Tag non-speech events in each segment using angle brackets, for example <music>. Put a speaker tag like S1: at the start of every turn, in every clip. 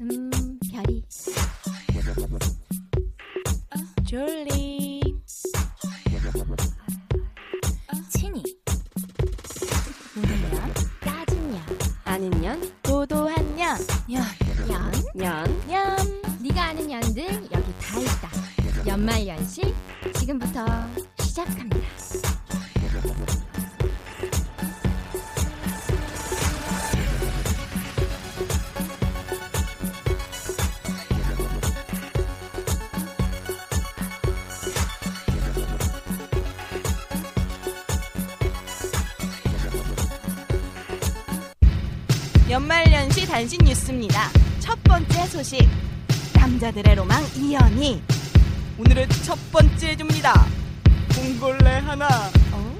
S1: 음 별이 졸리 친이 우는 따진 년 아는 년 도도한 년연연
S2: 연, 네가 아는 연들 여기 다 있다. 연말 연시 지금부터 시작합니다.
S3: 연말연시 단신 뉴스입니다. 첫 번째 소식. 남자들의 로망 이연희. 오늘의 첫 번째 줍니다. 봉골레 하나. 어?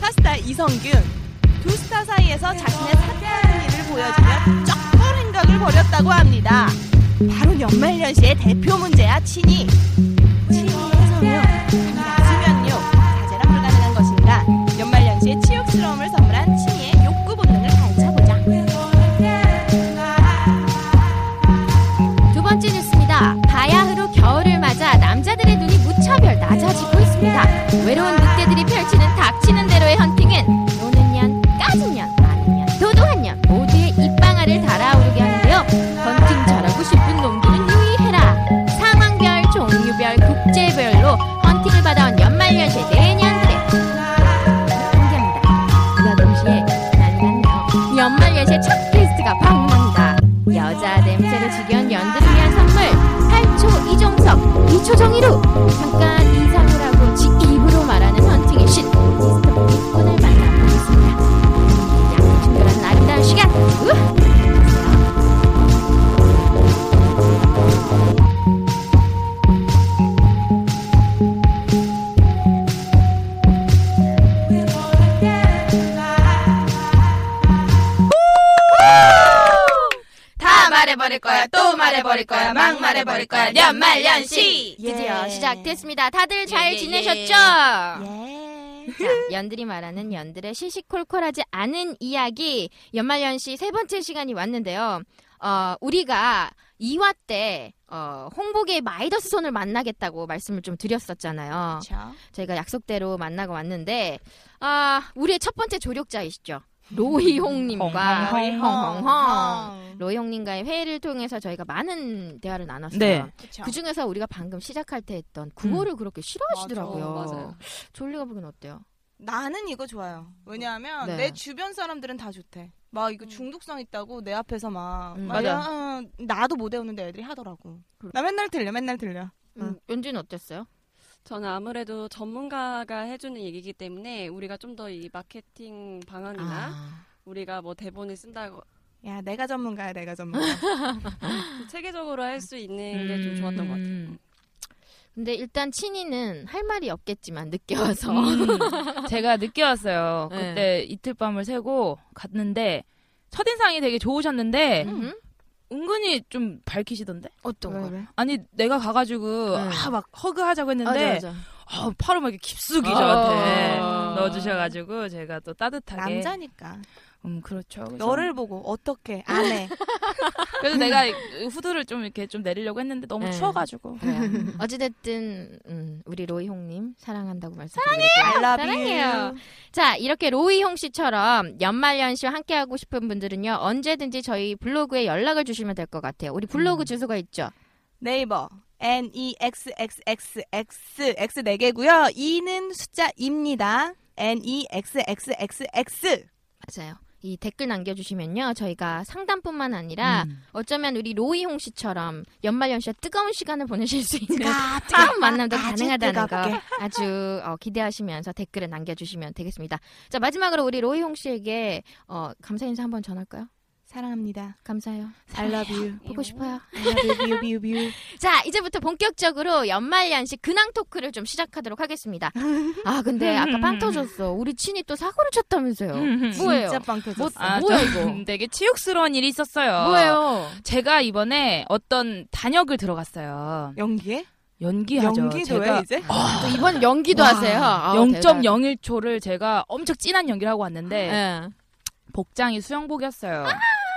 S3: 파스타 이성균. 두 스타 사이에서 자신의 사태하는 일을 보여주며 쩍벌 행각을 벌였다고 합니다. 바로 연말연시의 대표 문제야 친이. 친이 해성욕, 수면욕, 자제랑 불가능한 것인가. 연말연시의 치욕스러움을 선물한 친이의 욕구 본능을 가르쳐보자.
S2: 두 번째 뉴스입니다. 바야흐로 겨울을 맞아 남자들의 눈이 무차별 낮아지고 있습니다. 외로운 늑대들이 펼치는 닥치는 대로의 헌팅은 노는 년, 까진 년, 많은 년, 도도한 년 모두의 입방아를 달아오르게 하는데요. 헌팅 잘하고 싶은 놈들은 유의해라. 상황별, 종류별, 국제별로 헌팅을 받아온 연말연시 내년들의 공개합니다. 이와 동시에 난난 연말연시의 첫 게스트가 방문한다. 여자 냄새를 즐겨온 연들을 위한 선물 8초 이종석 2초 정의로 잠깐 이상우라고 지 입으로 말하는 헌팅의 신 미스터 빅군을 만나보겠습니다 양이 충돌하는 아름다운 시간 우!
S3: 다 말해버릴 거야 또 말해버릴 거야 막 말해버릴 거야 연말연시
S2: 드디어
S4: 예.
S2: 시작됐습니다 다들 잘
S3: 예,
S2: 지내셨죠?
S4: 예.
S2: 자, 연들이 말하는 연들의 시시콜콜하지 않은 이야기 연말연시 세 번째 시간이 왔는데요. 어, 우리가 2화 때 어, 홍보계 마이더스 손을 만나겠다고 말씀을 좀 드렸었잖아요. 저희가 약속대로 만나고 왔는데 아, 우리의 첫 번째 조력자이시죠.
S4: 아,
S2: 로이홍님과 헝헝헝. 로이홍님과의 회의를 통해서 저희가 많은 대화를 나눴어요.
S4: 네.
S3: 그 중에서 우리가 방금 시작할 때 했던
S2: 음.
S3: 구호를 그렇게 싫어하시더라고요.
S4: 맞아, 맞아요.
S2: 졸리가 보기엔 어때요?
S4: 나는 이거 좋아요. 왜냐하면
S2: 네.
S4: 내 주변 사람들은 다 좋대. 막 이거 중독성 있다고 내 앞에서 막
S2: 음.
S4: 막 야, 나도 못 외우는데 애들이 하더라고. 나 맨날 들려, 맨날 들려.
S2: 음, 연주는 어땠어요?
S5: 저는 아무래도 전문가가 해주는 얘기이기 때문에 우리가 좀 더 이 마케팅 방안이나
S2: 아.
S5: 우리가 뭐 대본을 쓴다고
S4: 야, 내가 전문가야, 내가
S2: <laughs>
S4: 전문가.
S2: 예.
S5: 체계적으로 할 수 있는 게 좀 좋았던 것 같아요.
S2: 음. 근데 일단 친이는 할 말이 없겠지만 늦게 와서
S6: 음, <laughs> 제가 늦게 왔어요.
S2: 네.
S6: 그때 이틀 밤을 새고 갔는데 첫인상이 되게 좋으셨는데
S2: 음.
S6: 은근히 좀 밝히시던데?
S2: 어떤 거?
S6: 아니 내가 가가지고
S2: 네.
S6: 아 막 허그하자고 했는데
S2: 맞아, 아. 맞아.
S6: 아, 팔을 막 이렇게 깊숙이
S2: 어.
S6: 저한테 넣어주셔가지고 제가 또 따뜻하게
S4: 남자니까.
S6: 음 그렇죠. 그래서,
S4: 너를 보고 어떻게 안 해.
S2: <laughs>
S6: 그래서 내가 후드를 좀 이렇게 좀 내리려고 했는데 너무
S2: 네.
S6: 추워가지고
S2: 그래요. 어찌됐든 음, 우리 로이홍님 사랑한다고 말씀.
S4: I love
S2: 사랑해요.
S4: you.
S2: 자 이렇게 로이홍 씨처럼 연말연시와 함께하고 싶은 분들은요 언제든지 저희 블로그에 연락을 주시면 될 것 같아요. 우리 블로그 주소가 있죠.
S4: 네이버
S3: N E X X X X X 네 개고요. 2는 숫자입니다. N E X X X X
S2: 맞아요. 이 댓글 남겨주시면요. 저희가 상담뿐만 아니라 어쩌면 우리 로이홍 씨처럼 연말연시에 뜨거운 시간을 보내실 수 있는 뜨거운 만남도
S3: 아주
S2: 가능하다는
S3: 뜨겁게.
S2: 거 아주 어, 기대하시면서 댓글을 남겨주시면 되겠습니다. 자 마지막으로 우리 로이홍 씨에게 어, 감사 인사 한번 전할까요?
S3: 사랑합니다.
S2: 감사해요.
S3: I love you.
S2: 보고 싶어요. 음.
S3: I love you, you, you, you.
S2: 자, 이제부터 본격적으로 연말연시 근황 토크를 좀 시작하도록 하겠습니다. 아, 근데
S6: 음.
S2: 아까 빵 터졌어. 우리 친이 또 사고를 쳤다면서요.
S6: <laughs>
S2: 뭐예요?
S3: 진짜 빵 터졌어.
S2: 뭐,
S6: 아,
S2: 뭐야,
S6: 저
S2: 이거?
S6: 되게 치욕스러운 일이 있었어요.
S2: 뭐예요?
S6: 제가 이번에 어떤 단역을 들어갔어요.
S3: 연기해?
S6: 연기하죠.
S3: 연기도
S6: 제가
S3: 해 이제?
S2: 또 이번 연기도
S6: 와,
S2: 하세요. 아우,
S6: 0.01초를 제가 엄청 진한 연기를 하고 왔는데
S2: 대단해. 예.
S6: 복장이 수영복이었어요.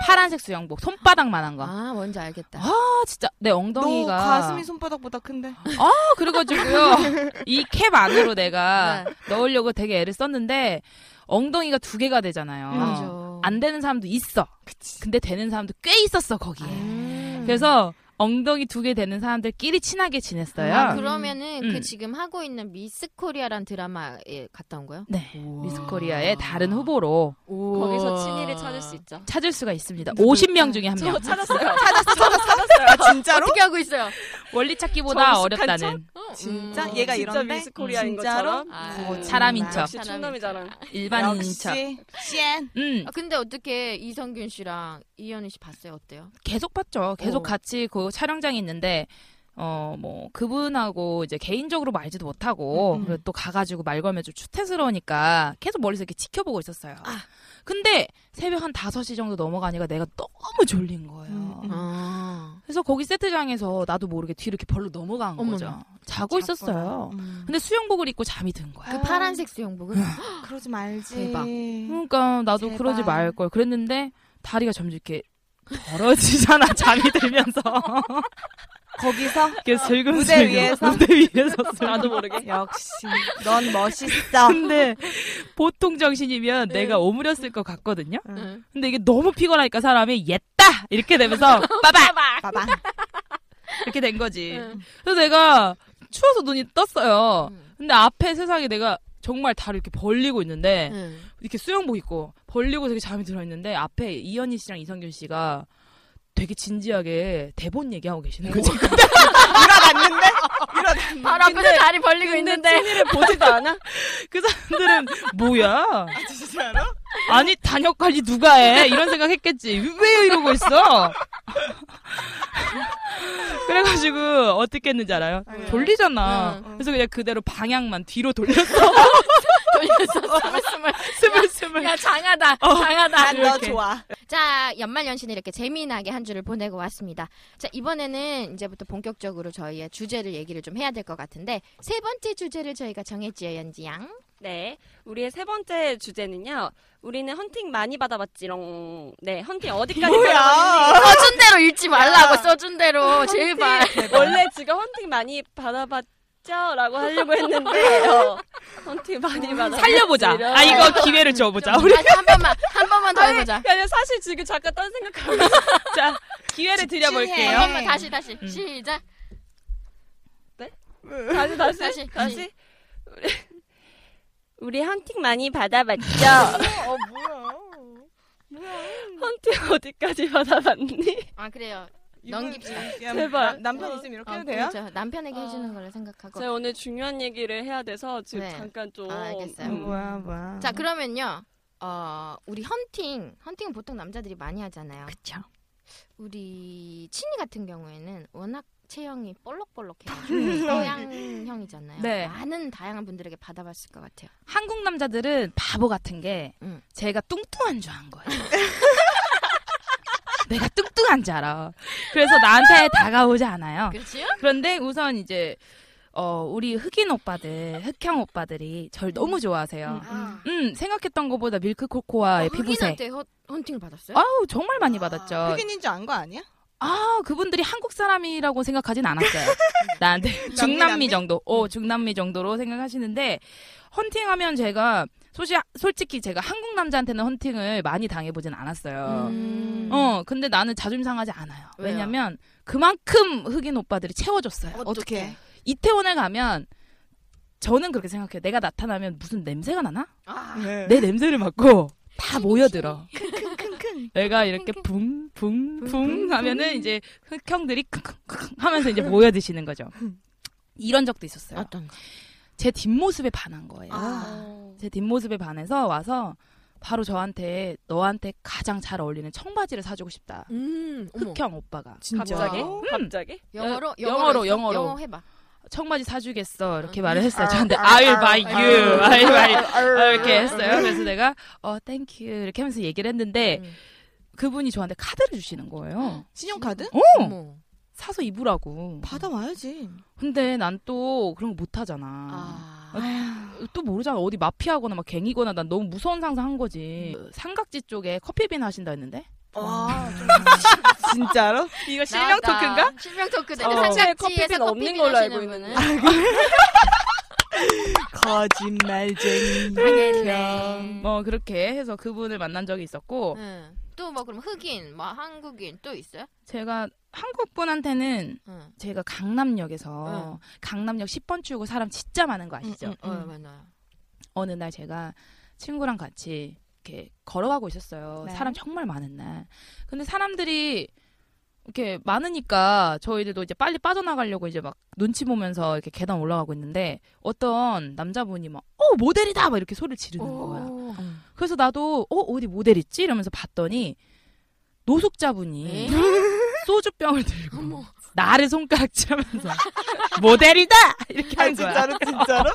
S6: 파란색 수영복, 손바닥만한 거. 아,
S2: 아, 뭔지 알겠다.
S6: 진짜 내
S3: 너
S6: 엉덩이가
S3: 가슴이 손바닥보다 큰데.
S6: 아, 그래가지고요.
S2: <laughs>
S6: 이 캡 안으로 내가
S2: 네.
S6: 넣으려고 되게 애를 썼는데 엉덩이가 두 개가 되잖아요.
S2: 맞아.
S6: 안 되는 사람도 있어. 근데 되는 사람도 꽤 있었어 거기에.
S2: 음.
S6: 그래서 엉덩이 두 개 되는 사람들끼리 친하게 지냈어요.
S2: 아, 그러면은 그
S6: 음.
S2: 지금 하고 있는 미스 코리아란 드라마에 갔다 온 거예요?
S6: 네. 미스코리아의 다른 후보로
S5: 거기서 친이를 찾을 수 있죠.
S6: 찾을 수가 있습니다. 50명 중에 한 명. 아,
S5: 저 찾았어요.
S3: 찾았어, 찾았어, 찾았어요. 진짜로?
S2: 어떻게 하고 있어요?
S6: 원리 찾기보다
S5: 정숙한
S6: 어렵다는
S3: 진짜
S2: 음.
S3: 얘가 뭐
S5: 진짜
S3: 이런데.
S5: 미스 코리아인
S3: 진짜로?
S5: 것처럼?
S2: 아,
S6: 사람인 척.
S5: 역시 충남이 자랑.
S6: 일반인 척.
S3: 역시 CN.
S6: 음,
S2: 아, 근데 어떻게 이성균 씨랑 이현희 씨 봤어요? 어때요?
S6: 계속 봤죠. 계속
S2: 어.
S6: 같이 그 촬영장에 있는데 어 뭐 그분하고 이제 개인적으로 말지도 못하고
S2: 음.
S6: 그리고 또 가가지고 말 걸면 좀 추태스러우니까 계속 멀리서 이렇게 지켜보고 있었어요.
S2: 아.
S6: 근데 새벽 한 5시 정도 넘어가니까 내가 너무 졸린 거예요.
S3: 음, 음.
S2: 아.
S6: 그래서 거기 세트장에서 나도 모르게 뒤로 이렇게 벌로 넘어간
S2: 어머나.
S6: 거죠. 자고 있었어요.
S3: 음.
S6: 근데 수영복을 입고 잠이 든 거야.
S2: 그 파란색 수영복은
S3: 그러지 말지.
S2: 대박.
S6: 그러니까 나도
S3: 제발.
S6: 그러지 말 걸 그랬는데 다리가 점점 이렇게 벌어지잖아 <laughs> 잠이 들면서
S3: 거기서
S6: 이렇게 슬금슬금
S3: 무대 위에서?
S6: 무대 <laughs> 위에서
S5: 나도 모르게.
S3: 역시 넌
S6: <laughs>
S3: 멋있어.
S6: 근데 보통 정신이면 내가 오므렸을 것 같거든요.
S2: 응.
S6: 근데 이게 너무 피곤하니까 사람이 옜다 이렇게 <laughs> 되면서 빠바
S3: <laughs>
S6: 네.
S3: 봐봐.
S6: 이렇게 된 거지. 그래서 내가 추워서 눈이 떴어요. 근데 앞에 세상에 내가 정말 다리 이렇게 벌리고 있는데
S2: 응.
S6: 이렇게 수영복 입고 벌리고 되게 잠이 들어 있는데 앞에 이현희 씨랑 이성균 씨가 되게 진지하게 대본 얘기하고 계시는 거죠.
S3: 일어났는데
S2: 바로 앞에서 다리 벌리고 있는데
S5: 친이를 <laughs> 보지도 않아?
S6: <laughs> 그 사람들은 뭐야?
S3: 아, 진짜로?
S6: 아니 단역 관리 누가 해? 이런 생각했겠지. 왜 이러고 있어? <laughs> 그래가지고 어떻게 했는지 알아요?
S3: 아니요. 네.
S6: 돌리잖아.
S2: 응,
S6: 그래서 그냥 그대로 방향만 뒤로 돌렸어.
S2: 돌렸어 스물스물
S6: <laughs> 스물스물. 어.
S2: 야 장하다 장하다
S3: 난 너 좋아.
S2: 자 연말연시는 이렇게 재미나게 한 주를 보내고 왔습니다 자 이번에는 이제부터 본격적으로 저희의 주제를 얘기를 좀 해야 될 것 같은데 세 번째 주제를 저희가 정했지요 연지양
S5: 네. 우리의 세 번째 주제는요. 우리는 헌팅 많이 받아봤지롱. 네. 헌팅 어디까지
S3: 뭐야?
S2: 써준 대로 읽지 말라고 써준 대로 제발
S5: 받아봤는지. 원래 지금 헌팅 많이 받아봤죠? 라고 하려고 했는데, 어, 헌팅 많이 받아.
S6: 살려보자. 아 이거 기회를 줘보자. 우리
S2: 다시 한 번만 한 번만 더 해보자
S5: 아니, 사실 지금 잠깐 딴 생각하고.
S6: 자 기회를
S2: 한
S6: 드려볼게요.
S2: 번만 다시 다시
S6: 음.
S2: 시작
S5: 다시, 다시.
S2: 다시,
S5: 다시.
S2: 다시.
S5: 우리, 우리 헌팅 많이 받아봤죠?
S3: 어 뭐야?
S5: 헌팅 어디까지 받아봤니?
S2: 아 음. 그래요 넘깁시다.
S5: 제발.
S3: 제발. 남편 있으면 이렇게 해도
S2: 어,
S3: 돼요?
S2: 그렇죠. 남편에게 해주는
S5: 아.
S2: 걸로 생각하고
S5: 제가 오늘 중요한 얘기를 해야 돼서 지금
S2: 네.
S5: 잠깐 좀.
S2: 아, 알겠어요.
S5: 음.
S3: 뭐야 뭐야.
S2: 자 그러면요 어 우리 헌팅 헌팅은 보통 남자들이 많이 하잖아요
S6: 그쵸.
S2: 우리 친이 같은 경우에는 워낙 체형이 <laughs> 볼록볼록해요 고양형이잖아요
S6: 네.
S2: 많은 다양한 분들에게 받아봤을 것 같아요
S6: 한국 남자들은 바보 같은 게
S2: 응.
S6: 제가 뚱뚱한 줄 안 거예요. <laughs> 내가 뚱뚱한 줄 알아. 그래서 나한테 다가오지 않아요.
S2: 그렇지요?
S6: 그런데 우선 이제 어 우리 흑인 오빠들, 흑형 오빠들이 절 너무 좋아하세요.
S2: 아. 예,
S6: 음 생각했던 것보다 밀크 코코아의 피부색.
S2: 어, 흑인한테 헌- 헌팅을 받았어요?
S6: 아우 정말 많이 받았죠.
S3: 흑인인 줄 안 거 아니야?
S6: 아 그분들이 한국 사람이라고 생각하진 않았어요. 나한테
S3: 남미?
S6: 중남미 정도, 어 중남미 정도로 생각하시는데 헌팅하면 제가 소시, 솔직히 제가 한국 남자한테는 헌팅을 많이 당해보진 않았어요.
S2: 음.
S6: 어 근데 나는 자존심 상하지 않아요.
S2: 왜요?
S6: 왜냐면 그만큼 흑인 오빠들이 채워줬어요.
S3: 어떻게?
S6: 이태원에 가면 저는 그렇게 생각해요. 내가 나타나면 무슨 냄새가 나나?
S3: 아,
S6: 내 냄새를 맡고 다 모여들어.
S3: 킁킁킁.
S6: 내가 이렇게 붕붕붕 하면은 이제 흑형들이 킁킁킁 하면서 이제 모여드시는 거죠. 이런 적도 있었어요.
S2: 어떤 거?
S6: 아, 제 뒷모습에 반한 거예요.
S3: 아,
S6: 제 뒷모습에 반해서 와서 바로 저한테 너한테 가장 잘 어울리는 청바지를 사주고 싶다.
S3: 음, 어머.
S6: 흑형 오빠가
S3: 진짜.
S5: 갑자기?
S6: 음.
S5: 갑자기?
S2: 영어로
S6: 영어로,
S2: 영어로
S6: 영어로.
S2: 영어 해봐.
S6: 청바지 사주겠어 이렇게
S2: 음.
S6: 말을 했어요.
S3: 아,
S6: 저한테
S3: 아,
S6: I'll
S3: 아,
S6: buy
S3: 아,
S6: you,
S3: 아,
S6: I'll <laughs> buy
S3: 아, 아,
S6: you 이렇게 했어요. 그래서 내가 어 땡큐 이렇게 하면서 얘기를 했는데
S2: 음.
S6: 그분이 저한테 카드를 주시는 거예요.
S3: 신용카드?
S6: 어
S2: 어머.
S6: 사서 입으라고.
S3: 받아와야지.
S6: 근데 난 또 그런 거 못하잖아.
S2: 아.
S6: 또 모르잖아. 어디 마피아거나 막 갱이거나 난 너무 무서운 상상한 거지. 그 삼각지 쪽에 커피빈 하신다 했는데
S3: 와,
S7: 진짜로?
S6: 이거
S2: 나왔다. 실명 토크다.
S5: 어.
S2: 상가지에서
S5: 커피빈 없는
S2: 커피빈
S5: 걸로 알고
S2: 하시는
S5: 있는데.
S2: 분은
S3: 거짓말쟁이. 아,
S2: 당했네.
S6: 뭐 그렇게 해서 그분을 만난 적이 있었고
S2: 응. 예. 또뭐 그럼 흑인, 뭐 한국인 또 있어요?
S6: 제가 한국 분한테는
S2: 응.
S6: 제가 강남역에서 강남역 10번 출구 사람 진짜 많은 거 아시죠?
S2: 어, 맞나요?
S6: 어느 날 제가 친구랑 같이 이렇게 걸어가고 있었어요.
S3: 네.
S6: 사람 정말 많은 날. 근데 사람들이 이렇게 많으니까 저희들도 이제 빨리 빠져나가려고 이제 막 눈치 보면서 이렇게 계단 올라가고 있는데 어떤 남자분이 막, 어, 모델이다! 막 이렇게 소리를
S2: 음,
S6: 지르는
S7: 어.
S6: 거야. 그래서 나도, 어, 어디 모델 있지? 이러면서 봤더니 노숙자분이
S2: 에?
S7: 네.
S6: 소주병을 들고 나를 손가락치면서 모델이다! 이렇게
S7: 아,
S6: 한 거야.
S7: 진짜로, 진짜로?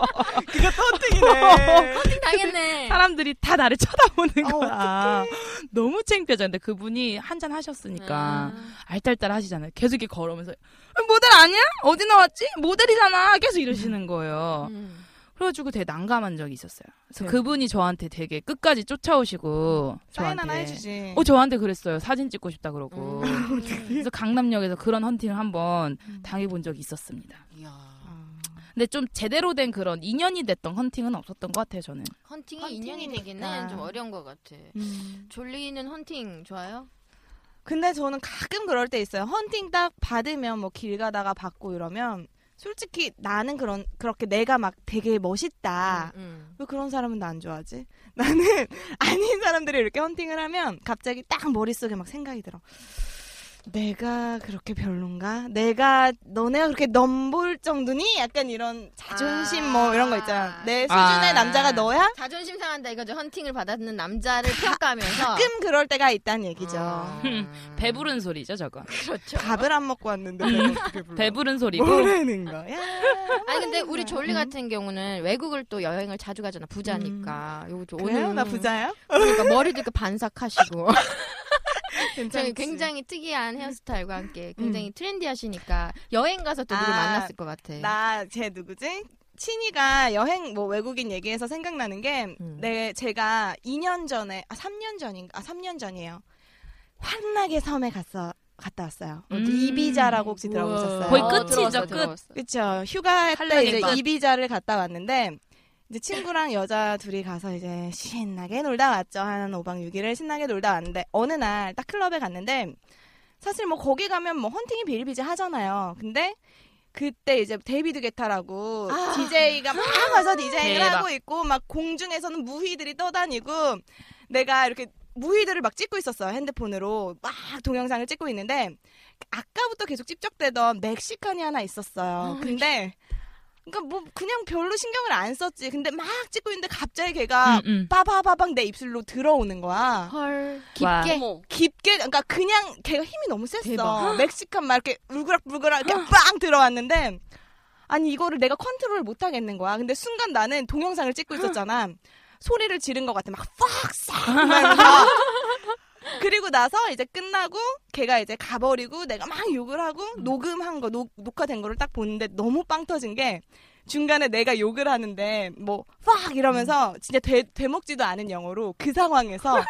S7: 그거 턴팅이네.
S2: 당했네.
S6: 사람들이 다 나를 <laughs>
S3: 아,
S6: 쳐다보는
S7: 어,
S6: 거야. 너무 창피하죠. 근데 그분이 한잔 하셨으니까
S3: 네.
S6: 알딸딸 하시잖아요. 계속 이렇게 걸으면서 "어, 모델 아니야? 어디 나왔지? 모델이잖아. 계속 이러시는
S2: 아.
S6: 거예요.
S2: 음.
S6: 그래가지고 되게 난감한 적이 있었어요. 그래서
S3: 네.
S6: 그분이 저한테 되게 끝까지 쫓아오시고
S3: 사인 하나
S6: 저한테
S3: 해주지.
S6: 어 저한테 그랬어요. 사진 찍고 싶다 그러고.
S2: 음.
S6: 그래서 강남역에서 그런 헌팅을 한번
S3: 음.
S6: 당해본 적이 있었습니다.
S2: 이야.
S3: 아.
S6: 근데 좀 제대로 된 그런 인연이 됐던 헌팅은 없었던 것 같아요. 저는.
S3: 음.
S2: 헌팅이 인연이
S3: 헌팅이니까.
S2: 되기는 좀 어려운 것 같아.
S3: 음.
S2: 졸리는 헌팅 좋아요?
S3: 근데 저는 가끔 그럴 때 있어요. 헌팅 딱 받으면 뭐 길 가다가 받고 이러면 솔직히 나는 그런 그렇게 내가 막 되게 멋있다.
S2: 음,
S3: 왜 그런 사람은 나 안 좋아하지? <laughs> 나는 아닌 사람들이 이렇게 헌팅을 하면 갑자기 딱 머릿속에 막 생각이 들어. 내가 그렇게 별론가? 내가 너네가 그렇게 넘볼 정도니? 약간 이런 자존심 뭐 이런 거 있잖아. 내 수준의
S6: 아.
S3: 남자가 너야?
S2: 음. 자존심 상한다 이거죠. 헌팅을 받았는 남자를 평가하면서.
S3: 가끔 그럴 때가 있다는
S2: 어.
S3: 얘기죠. <laughs>
S2: 아.
S6: 배부른 소리죠, 저거.
S2: 그렇죠.
S3: 밥을 안 먹고 왔는데 내가 어떻게
S6: <laughs>
S3: 불러?
S6: 배부른
S3: <laughs>
S6: 소리고.
S3: 뭐라는 거야?
S2: 아니 근데 우리
S3: 음.
S2: 졸리 같은 경우는 외국을 또 여행을 자주 가잖아 부자니까 요거 좀
S3: 음. 그래요?
S2: 오늘
S3: 나 부자예요?
S2: 그러니까 머리도 이렇게
S3: <laughs>
S2: 반삭하시고 저는
S3: 괜찮지.
S2: 굉장히 특이한 헤어스타일과 함께 굉장히 트렌디하시니까 여행 가서 또 누굴
S3: 음. 아,
S2: 만났을 것 같아
S3: 나 제 누구지? 친이가 여행 뭐 외국인 얘기해서 생각나는 게
S2: 음.
S3: 내 제가 2년 전에 아 3년 전인가 아 3년 전이에요. 환나게 섬에 갔어 갔다 왔어요.
S6: 음.
S3: 이비자라고 혹시
S2: 우와.
S3: 들어보셨어요?
S6: 거의
S2: 어,
S6: 끝이죠,
S2: 들어갔어,
S6: 끝.
S2: 들어갔어.
S3: 그쵸. 휴가 때
S6: 한라의
S3: 이제
S6: 끝.
S3: 이비자를 갔다 왔는데 이제 친구랑 여자 둘이 가서 이제 신나게 놀다 왔죠. 한 5박 6일을 신나게 놀다 왔는데 어느 날 딱 클럽에 갔는데 사실 뭐 거기 가면 뭐 헌팅이 비일비재 하잖아요. 근데 그때 이제 데이비드 게타라고 DJ가
S6: <gasps>
S3: 막 와서 DJ를
S6: 아. 대박.
S3: 하고 있고 막 공중에서는 무희들이 떠다니고 내가 이렇게 무희들을 막 찍고 있었어요. 핸드폰으로 막 동영상을 찍고 있는데 아까부터 계속 찝쩍대던 멕시칸이 하나
S6: 아,
S3: 있었어요. 근데 그러니까 뭐 그냥 별로 신경을 안 썼지. 근데 막 찍고 있는데 갑자기 걔가
S6: 음, 음.
S3: 빠바바방 내 입술로 들어오는 거야.
S2: 헐
S6: 와.
S2: 깊게
S5: 어머.
S3: 깊게 그러니까 그냥 걔가 힘이 너무 셌어.
S2: 대박.
S3: 멕시칸 막 이렇게 울그락불그락 이렇게 빵 들어왔는데 아니 이거를 내가 컨트롤 못 하겠는 거야. 근데 순간 나는 동영상을 찍고 있었잖아. 소리를 지른 것 같아. 막
S2: <laughs>
S3: fuck 막 그리고 나서 이제 끝나고 걔가 이제 가버리고 내가 막 욕을 하고 녹음한 거 녹, 녹화된 거를 딱 보는데 너무 빵 터진 게 중간에 내가 욕을 하는데 뭐팍 이러면서 진짜 되, 되먹지도 않은 영어로 그 상황에서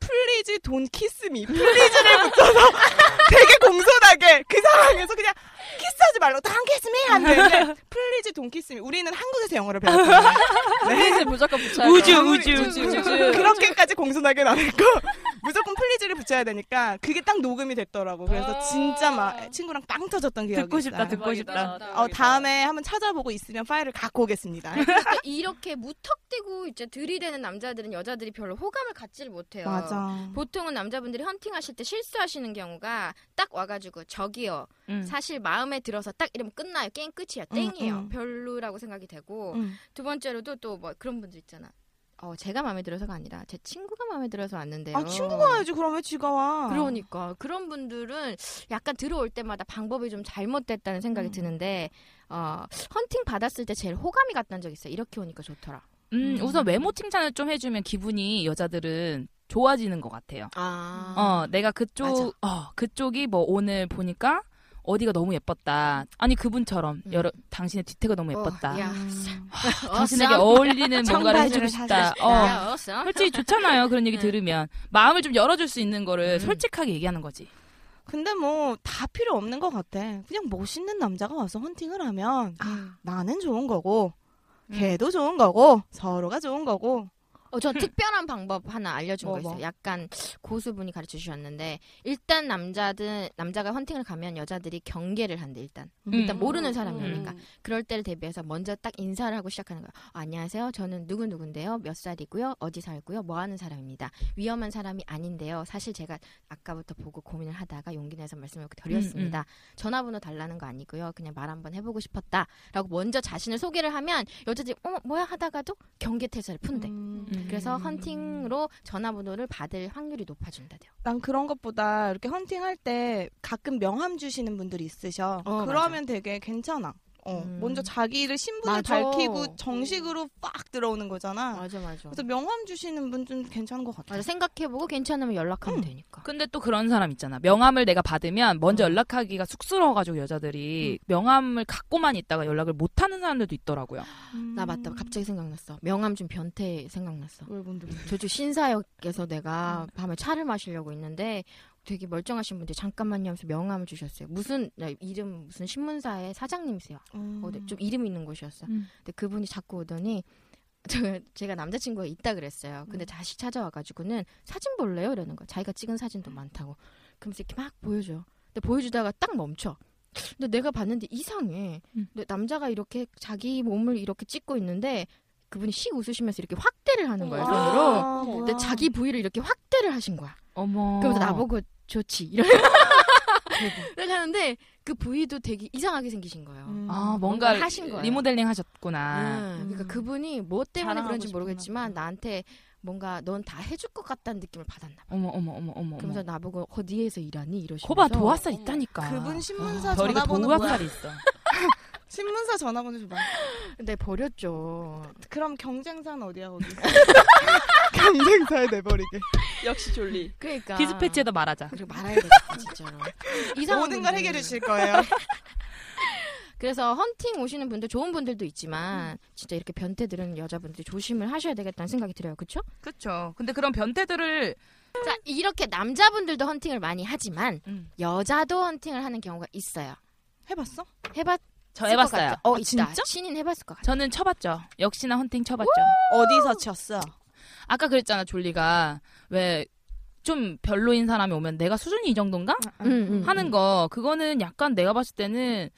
S3: 플리즈 돈 키스미 플리즈를 붙여서 <laughs> 되게 공손하게 그 상황에서 그냥 키스하지 말고 돈 키스미 안 네. 되는데 플리즈 돈 키스미 우리는 한국에서 영어를
S6: <laughs>
S3: 배웠잖아요
S5: 무조건 붙여야 돼.
S6: 우주, 우주, 우주.
S5: 우주.
S3: 그렇게까지 공손하게 안 했고 <laughs> 무조건 플리즈를 붙여야 되니까 그게 딱 녹음이 됐더라고. 그래서
S6: 아.
S3: 진짜 막 친구랑 빵 터졌던 기억이
S6: 듣고 싶다,
S3: 있어요.
S6: 듣고 싶다.
S3: 어, 다음에 한번 찾아보고 있으면 파일을 갖고
S6: <laughs>
S3: 오겠습니다.
S2: 그러니까 이렇게 무턱대고 이제 들이대는 남자들은 여자들이 별로 호감을 갖지를 못해요.
S3: 맞아.
S2: 보통은 남자분들이 헌팅하실 때 실수하시는 경우가 딱 와가지고 저기요
S6: 음.
S2: 사실 마음에 들어서 딱 이러면 끝나요 게임 끝이야 땡이에요
S3: 음.
S2: 별로라고 생각이 되고
S3: 음.
S2: 두 번째로도 또 뭐 그런 분들 있잖아 어 제가 마음에 들어서가 아니라 제 친구가 마음에 들어서 왔는데요
S3: 아 친구가 와야지 그럼 왜 지가 와?
S2: 그러니까 그런 분들은 약간 들어올 때마다 방법이 좀 잘못됐다는
S3: 음.
S2: 생각이 드는데 어 헌팅 받았을 때 제일 호감이 갔던 적 있어 요 이렇게 오니까 좋더라
S6: 음, 우선 외모 칭찬을 좀 해주면 기분이 여자들은 좋아지는 것 같아요.
S2: 아 <laughs>
S6: 어, 내가 그쪽, 어, 그쪽이 뭐 오늘 보니까 어디가 너무 예뻤다. 아니, 그분처럼
S2: 음. 어,
S6: 여러, 당신의 뒤태가 너무 예뻤다.
S2: 야,
S3: 음.
S2: 어,
S6: 당신에게 어울리는
S2: <laughs>
S6: 뭔가를
S3: 청바지를
S6: 해주고 싶다.
S3: 사주고 싶다.
S6: 어.
S2: 야, 어서.
S6: 솔직히 좋잖아요. 그런 얘기
S2: 음.
S6: 들으면. 마음을 좀 열어줄 수 있는 거를
S2: 음.
S6: 솔직하게 얘기하는 거지.
S3: 근데 뭐 다 필요 없는 것 같아. 그냥 멋있는 남자가 와서 헌팅을 하면
S2: 음.
S3: 나는 좋은 거고
S6: 음.
S3: 걔도 좋은 거고 서로가 좋은 거고.
S2: 어, 전 특별한 방법 하나 알려준
S3: 뭐,
S2: 거 있어요.
S3: 뭐?
S2: 약간 고수분이 가르쳐 주셨는데 일단 남자든 남자가 헌팅을 가면 여자들이 경계를 한대 일단 일단
S6: 음.
S2: 모르는 사람이니까 그럴 때를 대비해서 먼저 딱 인사를 하고 시작하는 거예요. 어, 안녕하세요. 저는 누구 누군데요. 몇 살이고요. 어디 살고요. 뭐 하는 사람입니다. 위험한 사람이 아닌데요. 사실 제가 아까부터 보고 고민을 하다가 용기 내서 말씀을 드렸습니다. 전화번호 달라는 거 아니고요. 그냥 말 한번 해보고 싶었다라고 먼저 자신을 소개를 하면 여자들이 어머 뭐야 하다가도 경계 태세를 푼대.
S3: 음.
S2: 그래서 헌팅으로 전화번호를 받을 확률이 높아진다대요.
S3: 난 그런 것보다 이렇게 헌팅할 때 가끔 명함 주시는 분들이 있으셔.
S2: 어,
S3: 그러면 되게 괜찮아. 어,
S2: 음.
S3: 먼저 자기를 신분을
S2: 맞아. 음.
S3: 밝히고 정식으로 빡 들어오는 거잖아.
S2: 맞아 맞아.
S3: 그래서 명함 주시는 분좀 괜찮은 것 같아.
S2: 맞아 생각해보고 괜찮으면 연락하면
S3: 음.
S2: 되니까.
S6: 근데 또 그런 사람 있잖아. 명함을 내가 받으면 먼저
S2: 어.
S6: 연락하기가 쑥스러워가지고 여자들이 명함을 갖고만 있다가 연락을 못하는 사람들도 있더라고요.
S3: 음.
S2: 나 맞다. 갑자기 생각났어. 명함 좀 변태 생각났어.
S3: 왜 뭔데?
S2: 저쪽 신사역에서
S3: 음.
S2: 내가 밤에 차를 마시려고 있는데 되게 멀쩡하신 분들 이 잠깐만요 하면서 명함을 주셨어요. 무슨 나 이름 무슨 신문사의 사장님이세요.
S3: 음.
S2: 어디 네, 좀 이름 있는 곳이었어요.
S6: 음.
S2: 근데 그분이 자꾸 오더니 <laughs> 제가, 제가 남자친구가 있다 그랬어요.
S6: 음.
S2: 근데 다시 찾아와가지고는 사진 볼래요? 이러는 거야. 자기가 찍은 사진도 많다고. 그러면서 이렇게 막 보여줘. 근데 보여주다가 딱 멈춰. 근데 내가 봤는데 이상해.
S6: 음.
S2: 근데 남자가 이렇게 자기 몸을 이렇게 찍고 있는데 그분이 씩 웃으시면서 이렇게 확대를 하는 거예요. 손으로.
S3: 아,
S2: 근데
S3: 뭐야.
S2: 자기 부위를 이렇게 확대를 하신 거야.
S6: 어머.
S2: 그러면서 나보고 좋지. 이래.
S6: <laughs>
S2: 이렇게 하는데 그 부위도 되게 이상하게 생기신 거예요.
S3: 음.
S6: 아, 뭔가
S2: 뭔가를 하신 거예요.
S6: 리모델링 아. 하셨구나.
S2: 음, 그러니까
S3: 음.
S2: 그분이 뭐 때문에
S6: 음. 자랑하고
S2: 그런지
S6: 싶었나
S2: 모르겠지만
S6: 보다.
S2: 나한테 뭔가 넌 다 해줄 것 같다는 느낌을 받았나 봐.
S6: 어머, 어머, 어머, 어머.
S2: 그러면서
S6: 어머.
S2: 나보고 어디에서 일하니 이러시면서
S6: 거봐, 도화살 있다니까.
S3: 그분 신문사
S6: 저리가
S3: 전화번호 뭐야?
S6: 도화살이 있어.
S3: 신문사 전화번호 줘봐.
S2: 네 버렸죠.
S3: 그럼 경쟁사는 어디야
S6: <laughs>
S3: 거기? 경쟁사에 내버리게.
S7: 역시 졸리.
S2: 그러니까
S6: 디스패치에다 말하자.
S2: 그리고 말아야겠다 <laughs> 진짜로. 이상한
S3: 모든 걸
S2: 분들.
S3: 해결해 주실
S6: <laughs>
S3: 거예요.
S2: 그래서 헌팅 오시는 분들 좋은 분들도 있지만 진짜 이렇게 변태들은 여자분들이 조심을 하셔야 되겠다는 생각이 들어요. 그렇죠?
S6: 그쵸. 근데 그런 변태들을
S2: 자 이렇게 남자분들도 헌팅을 많이 하지만
S6: 음.
S2: 여자도 헌팅을 하는 경우가 있어요.
S3: 해봤어?
S2: 해봤
S6: 저 해봤어요.
S2: 어
S3: 아,
S2: 있다.
S3: 진짜?
S2: 신인 해봤을 것 같아.
S6: 저는 쳐봤죠. 역시나 헌팅 쳐봤죠.
S3: 어디서 쳤어?
S6: 아까 그랬잖아, 졸리가. 왜, 좀 별로인 사람이 오면 내가 수준이 이 정도인가?
S3: 음,
S6: 하는 거. 그거는 약간 내가 봤을 때는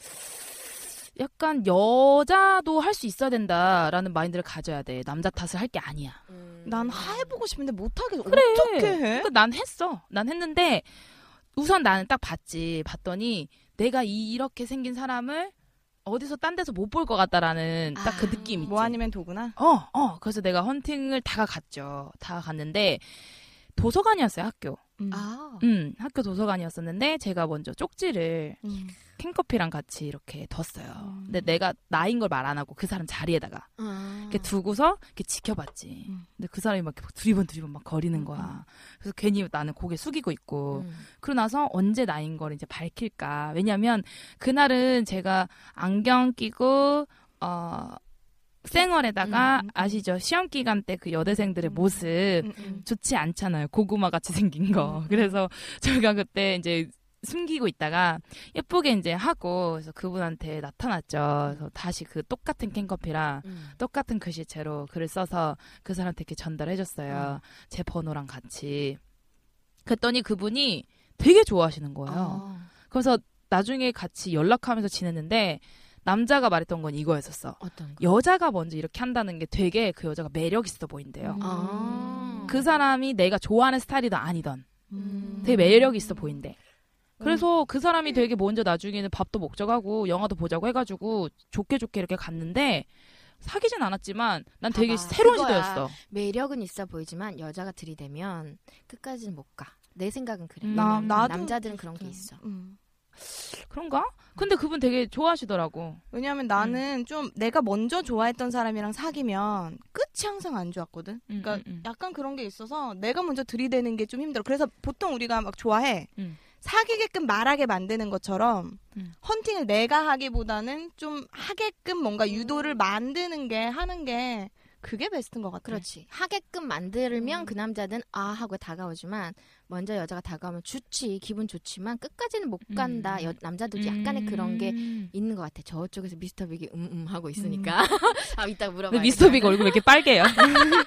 S6: 약간 여자도 할 수 있어야 된다라는 마인드를 가져야 돼. 남자 탓을 할 게 아니야.
S3: 난 해보고 싶은데 못하게 어떻게
S6: 음. 그래.
S3: 해?
S6: 그러니까 난 했어. 난 했는데 우선 나는 딱 봤지. 봤더니 내가 이- 이렇게 생긴 사람을 어디서 딴 데서 못 볼 것 같다라는 딱 그
S2: 아,
S6: 느낌 있지.
S3: 뭐 아니면 도구나.
S6: 어, 어. 그래서 내가 헌팅을 다가갔죠. 다가갔는데 도서관이었어요, 학교.
S2: 아.
S6: 음, 학교 도서관이었었는데 제가 먼저 쪽지를
S3: 음.
S6: 캔커피랑 같이 이렇게 뒀어요. 근데 내가 나인 걸 말 안 하고 그 사람 자리에다가
S3: 아.
S6: 이렇게 두고서 이렇게 지켜봤지.
S3: 음.
S6: 근데 그 사람이 막 이렇게 두리번 두리번 막 거리는 거야. 그래서 괜히 나는 고개 숙이고 있고.
S3: 음.
S6: 그러고 나서 언제 나인 걸 이제 밝힐까. 왜냐면 그날은 제가 안경 끼고 어 쌩얼에다가
S3: 음, 음.
S6: 아시죠 시험 기간 때 그 여대생들의 모습
S3: 음, 음.
S6: 좋지 않잖아요. 고구마 같이 <laughs> 생긴 거. 그래서 저희가 그때 이제 숨기고 있다가 예쁘게 이제 하고 그래서 그분한테 나타났죠. 그래서 다시 그 똑같은 캔커피랑 똑같은 글씨체로 글을 써서 그 사람한테 이렇게 전달해줬어요. 제 번호랑 같이. 그랬더니 그분이 되게 좋아하시는 거예요.
S2: 어,
S6: 그래서 나중에 같이 연락하면서 지냈는데 남자가 말했던 건 이거였었어.
S2: 어떤 거?
S6: 여자가 먼저 이렇게 한다는 게 되게 그 여자가 매력 있어 보인대요.
S2: 아.
S6: 그 사람이 내가 좋아하는 스타일이든 아니든
S2: 음.
S6: 되게 매력 있어 보인대. 그래서 그 사람이 되게 먼저 나중에는 밥도 먹자고 하고 영화도 보자고 해가지고 좋게 좋게 이렇게 갔는데 사귀진 않았지만 난 되게
S2: 봐봐,
S6: 새로운
S2: 그거야.
S6: 시도였어.
S2: 매력은 있어 보이지만 여자가 들이대면 끝까지는 못 가. 내 생각은 그래.
S6: 음, 나- 네.
S3: 나도
S2: 남자들은 그런 게 있어.
S3: 음.
S6: 그런가? 근데 그분 되게 좋아하시더라고.
S3: 왜냐하면
S6: 음.
S3: 나는 좀 내가 먼저 좋아했던 사람이랑 사귀면 끝이 항상 안 좋았거든.
S6: 음,
S3: 그러니까
S6: 음, 음.
S3: 약간 그런 게 있어서 내가 먼저 들이대는 게 좀 힘들어. 그래서 보통 우리가 막 좋아해
S6: 음.
S3: 사귀게끔 말하게 만드는 것처럼
S6: 음.
S3: 헌팅을 내가 하기보다는 좀 하게끔 뭔가 유도를 만드는 게 하는 게 그게 베스트인 것 같아.
S2: 그렇지. 하게끔 만들면 그 남자는 아 하고 다가오지만 먼저 여자가 다가오면 좋지 기분 좋지만 끝까지는 못 간다.
S6: 음.
S2: 여- 남자도 약간의 그런 게
S6: 음.
S2: 있는 것 같아. 저쪽에서 미스터 빅이 음음 하고 있으니까. <laughs> 아 이따 물어봐.
S6: 근데 미스터 빅 얼굴 왜 이렇게
S2: <laughs>
S6: 빨개요? <laughs>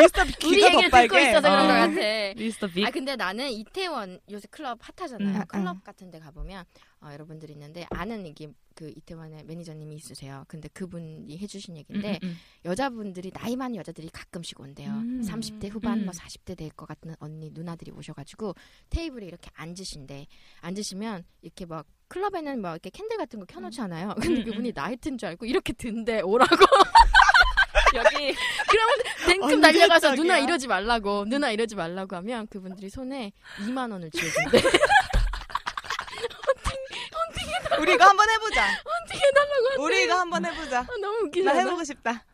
S7: 미스터 빅
S2: 우리
S7: 귀가
S2: 얘기를
S7: 더
S2: 듣고
S7: 빨개.
S2: 있어서 그런
S6: 어.
S2: 것 같아.
S5: 네,
S6: 미스터
S2: 아
S6: 빅.
S2: 근데 나는 이태원 요새 클럽 핫하잖아요.
S3: 음, 음.
S2: 클럽 같은 데 가보면 어, 여러분들 있는데 아는 이게 그 이태원의 매니저님이 있으세요. 근데 그분이 해주신 얘기인데
S6: 음, 음,
S2: 여자분들이 나이 많은 여자들이 가끔씩 온대요.
S6: 음.
S2: 30대 후반
S6: 음.
S2: 뭐 40대 될 것 같은 언니 누나들이 오셔가지고 테이블에 이렇게 앉으신데 앉으시면 이렇게 막 클럽에는 막 이렇게 캔들 같은 거 켜놓잖아요. <laughs> 근데
S6: 음,
S2: 그분이 나이트인 줄 알고 이렇게 든대 오라고. <laughs> 여기 그러면 댕큼 달려가서 누나 이러지 말라고 누나 이러지 말라고 하면 그분들이 손에 2만 원을 쥐어준대.
S3: 우리가 한번 해보자.
S2: 어떻게 해달라고 하는
S3: 우리가 한번 해보자.
S2: 너무
S3: 나
S2: 웃기잖아.
S3: 해보고 싶다.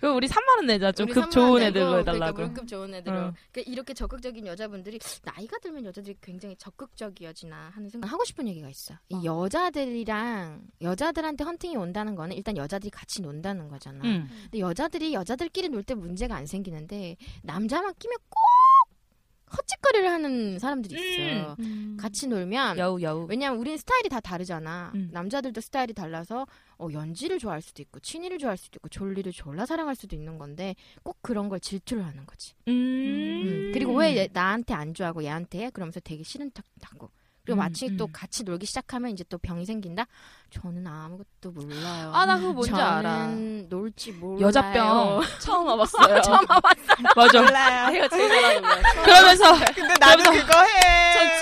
S6: 그럼 우리 3만 원 내자. 좀
S2: 우리
S6: 급
S2: 선물
S6: 좋은
S2: 내고,
S6: 애들로
S2: 그러니까
S6: 해달라고.
S2: 물급 좋은 애들로.
S6: 응.
S2: 그러니까 이렇게 적극적인 여자분들이 나이가 들면 여자들이 굉장히 적극적이어지나 하는 생각 뭐? 하고 싶은 얘기가 있어. 이 여자들이랑 여자들한테 헌팅이 온다는 거는 일단 여자들이 같이 논다는 거잖아.
S6: 음.
S2: 근데 여자들이 여자들끼리 놀 때 문제가 안 생기는데 남자만 끼면 꼭 헛짓거리를 하는 사람들이 있어요. 같이 놀면
S6: 음. 여우 여우.
S2: 음. 왜냐면 우리는 스타일이 다 다르잖아.
S6: 음.
S2: 남자들도 스타일이 달라서 어, 연지를 좋아할 수도 있고 친이를 좋아할 수도 있고 졸리를 졸라 사랑할 수도 있는 건데 꼭 그런 걸 질투를 하는 거지. 음, 그리고 왜 얘- 나한테 안 좋아하고 얘한테 해? 그러면서 되게 싫은 척하고 그리고
S6: 음,
S2: 마치 또
S6: 음.
S2: 같이 놀기 시작하면 이제 또 병이 생긴다. 저는 아무것도 몰라요.
S6: 아 나 그거 뭔지
S2: 저는
S6: 알아.
S2: 놀지 몰라요.
S6: 여자병.
S2: <laughs>
S5: 처음 와봤어요. 처음
S6: 맞아.
S3: 몰라요. 어,
S5: 제가 제일 잘하는 거예요.
S6: 그러면서
S3: 근데 나도
S6: 그러면서-
S3: 그거 해. 어,
S5: 전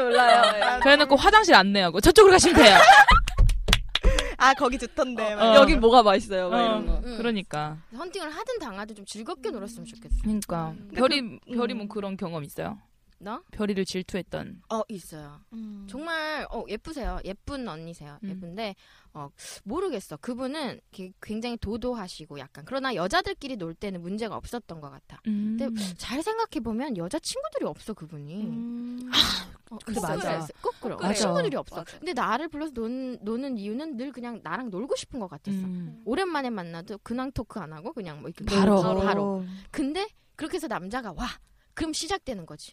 S2: <laughs>
S5: 몰라요.
S6: 그래놓고 화장실 안내하고 저쪽으로 가시면 돼요.
S3: 아 거기 좋던데.
S6: 어.
S5: 여기 뭐가 맛있어요? 막 이런 거.
S2: 음,
S6: 그러니까.
S2: 헌팅을 하든 당하든 좀 즐겁게 놀았으면 좋겠어.
S6: 그러니까
S2: 음.
S6: 별이 별이 뭐 그런 경험 있어요?
S2: 나?
S6: 별이를 질투했던.
S2: 어 있어요. 정말 어 예쁘세요. 예쁜 언니세요.
S6: 음.
S2: 예쁜데 어 모르겠어. 그분은 기- 굉장히 도도하시고 약간 그러나 여자들끼리 놀 때는 문제가 없었던 것 같아. 음. 근데
S6: 음.
S2: 잘 생각해 보면 여자 친구들이 없어 그분이. 어,
S6: 근데
S2: 꼭
S6: 맞아.
S2: 그랬어. 꼭 그래.
S5: 맞아.
S2: 친구들이 없어.
S5: 맞아.
S2: 근데 나를 불러서 논, 노는 이유는 늘 그냥 나랑 놀고 싶은 것 같았어. 오랜만에 만나도 근황 토크 안 하고 그냥 뭐 이렇게
S6: 음. 바로.
S2: 놀고 바로.
S3: 음.
S2: 근데 그렇게 해서 남자가 와 그럼 시작되는 거지.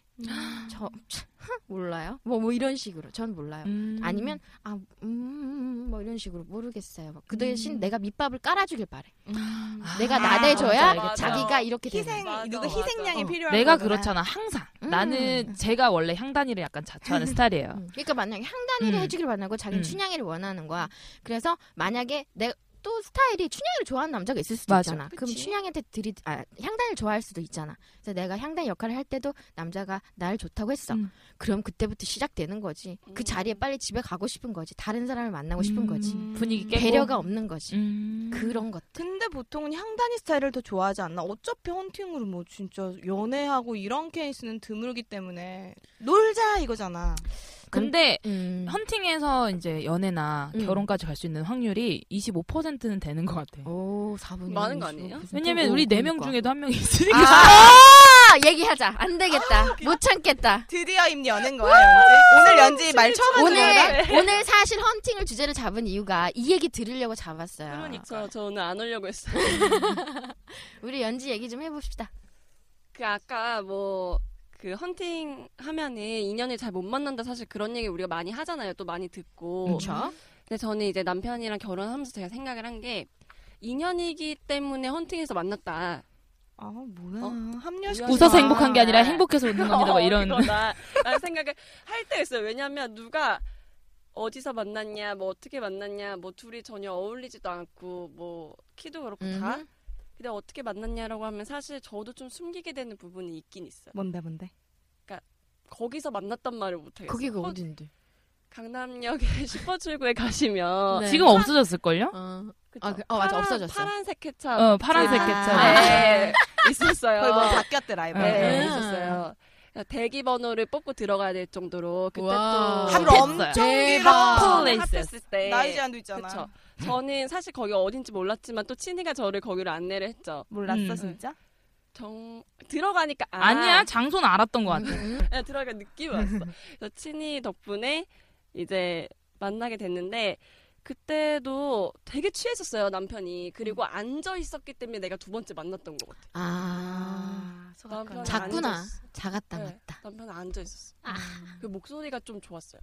S2: 저 <laughs> 참, 몰라요. 뭐 뭐 이런 식으로 전 몰라요. 아니면 아, 음, 음, 뭐 이런 식으로 모르겠어요. 막 그 대신 내가 밑밥을 깔아주길 바래.
S3: 음.
S2: 내가 나대줘야
S5: 맞아, 맞아.
S2: 자기가 이렇게 되는
S3: 희생
S2: 거야.
S5: 맞아,
S3: 누구 희생양이
S5: 맞아.
S3: 필요한
S6: 내가
S3: 거구나.
S6: 그렇잖아 항상.
S2: 음.
S6: 나는 제가 원래 향단이를 약간 자처하는 스타일이에요.
S2: 음. 그러니까 만약에 향단이를
S6: 음.
S2: 해주길 원하고 자기는
S6: 음.
S2: 춘향이를 원하는 거야. 그래서 만약에 내가 또 스타일이 춘향이를 좋아하는 남자가 있을 수도
S6: 맞아.
S2: 있잖아. 그럼 춘향이한테 들이 아, 향단을 좋아할 수도 있잖아. 그래서 내가 향단 역할을 할 때도 남자가 날 좋다고 했어.
S6: 음.
S2: 그럼 그때부터 시작되는 거지. 그
S5: 음.
S2: 자리에 빨리 집에 가고 싶은 거지. 다른 사람을
S6: 음.
S2: 만나고 싶은 거지.
S6: 분위기 깨고.
S2: 배려가 없는 거지.
S6: 음.
S2: 그런 것들.
S3: 근데 보통은 향단이 스타일을 더 좋아하지 않나? 어차피 헌팅으로 뭐 진짜 연애하고 이런 케이스는 드물기 때문에 놀자 이거잖아.
S6: 근데
S2: 음.
S6: 헌팅에서 이제 연애나
S2: 음.
S6: 결혼까지 갈 수 있는 확률이 25%는 되는 것 같아.
S2: 오, 4분의
S5: 많은 거 아니에요?
S6: 왜냐면 우리 네 명 중에도 한 명이 있으니까.
S2: 아, 얘기하자. 안
S6: 아,
S2: 되겠다. 못 참겠다.
S3: 드디어 입 여는 거야 연지. 오늘 연지 말 처음
S6: 아,
S3: 하는
S2: 오늘
S3: 거야.
S6: 네.
S2: 오늘 사실 헌팅을 주제를 잡은 이유가 이 얘기 들으려고 잡았어요.
S6: 그러니까.
S5: 저,
S2: 아.
S5: 저 오늘 안 오려고 했어요.
S2: 우리 연지 얘기 좀 해봅시다.
S5: 그 아까 뭐 그 헌팅 하면은 인연을 잘 못 만난다 사실 그런 얘기 우리가 많이 하잖아요. 또 많이 듣고.
S2: 그렇죠.
S5: 근데 저는 이제 남편이랑 결혼하면서 제가 생각을 한 게 인연이기 때문에 헌팅해서 만났다.
S3: 아 뭐야
S5: 어?
S3: 합리화시키
S6: <laughs> 웃어서 행복한 게 아니라 행복해서 웃는 겁니다. 막뭐 이런.
S5: 그거 나, 나 생각을 할 때가 있어요. 왜냐하면 누가 어디서 만났냐, 뭐 어떻게 만났냐, 뭐 둘이 전혀 어울리지도 않고 뭐 키도 그렇고 다.
S2: 음.
S5: 근데 어떻게 만났냐라고 하면 사실 저도 좀 숨기게 되는 부분이 있긴 있어요.
S3: 뭔데 뭔데
S5: 거기서 만났단 말을 못하겠어요.
S2: 거기가 그
S5: 어,
S2: 어딘데?
S5: 강남역에 <laughs> 10호 출구에 가시면
S2: 네.
S6: <laughs> 지금 없어졌을걸요?
S2: 어.
S5: 그쵸?
S2: 아, 그- 어, 맞아,
S5: 파란-
S2: 없어졌어.
S5: 파란색 해차
S6: 어, 파란색
S3: 아.
S6: 개차.
S5: 네, 있었어요.
S3: 거의 뭐 바뀌었대 라이브
S5: 네,
S6: 네.
S5: 있었어요. 그러니까 대기 번호를 뽑고 들어가야 될 정도로 그때
S2: 와.
S5: 또
S3: 줄
S6: 핫했어요.
S3: 엄청
S2: 대박.
S3: 길어
S5: 핫했을 때
S3: 나이 제한도 있잖아
S5: 그쵸. 저는 사실 거기 어딘지 몰랐지만 또 친이가 저를 거기로 안내를 했죠.
S3: 몰랐어
S6: 음.
S3: 진짜
S5: 정 들어가니까 아,
S6: 아니야, 장소는 알았던 것 같아.
S5: 네, <laughs> 들어가니까 느낌이 왔어. 그래서 친이 덕분에 이제 만나게 됐는데 그때도 되게 취했었어요 남편이.
S2: 음.
S5: 그리고 앉아 있었기 때문에 내가 두 번째 만났던 것 같아.
S2: 아,
S5: 남편
S2: 작구나. 작았다
S5: 네.
S2: 맞다.
S5: 남편은 앉아 있었어.
S2: 아.
S5: 그 목소리가 좀 좋았어요.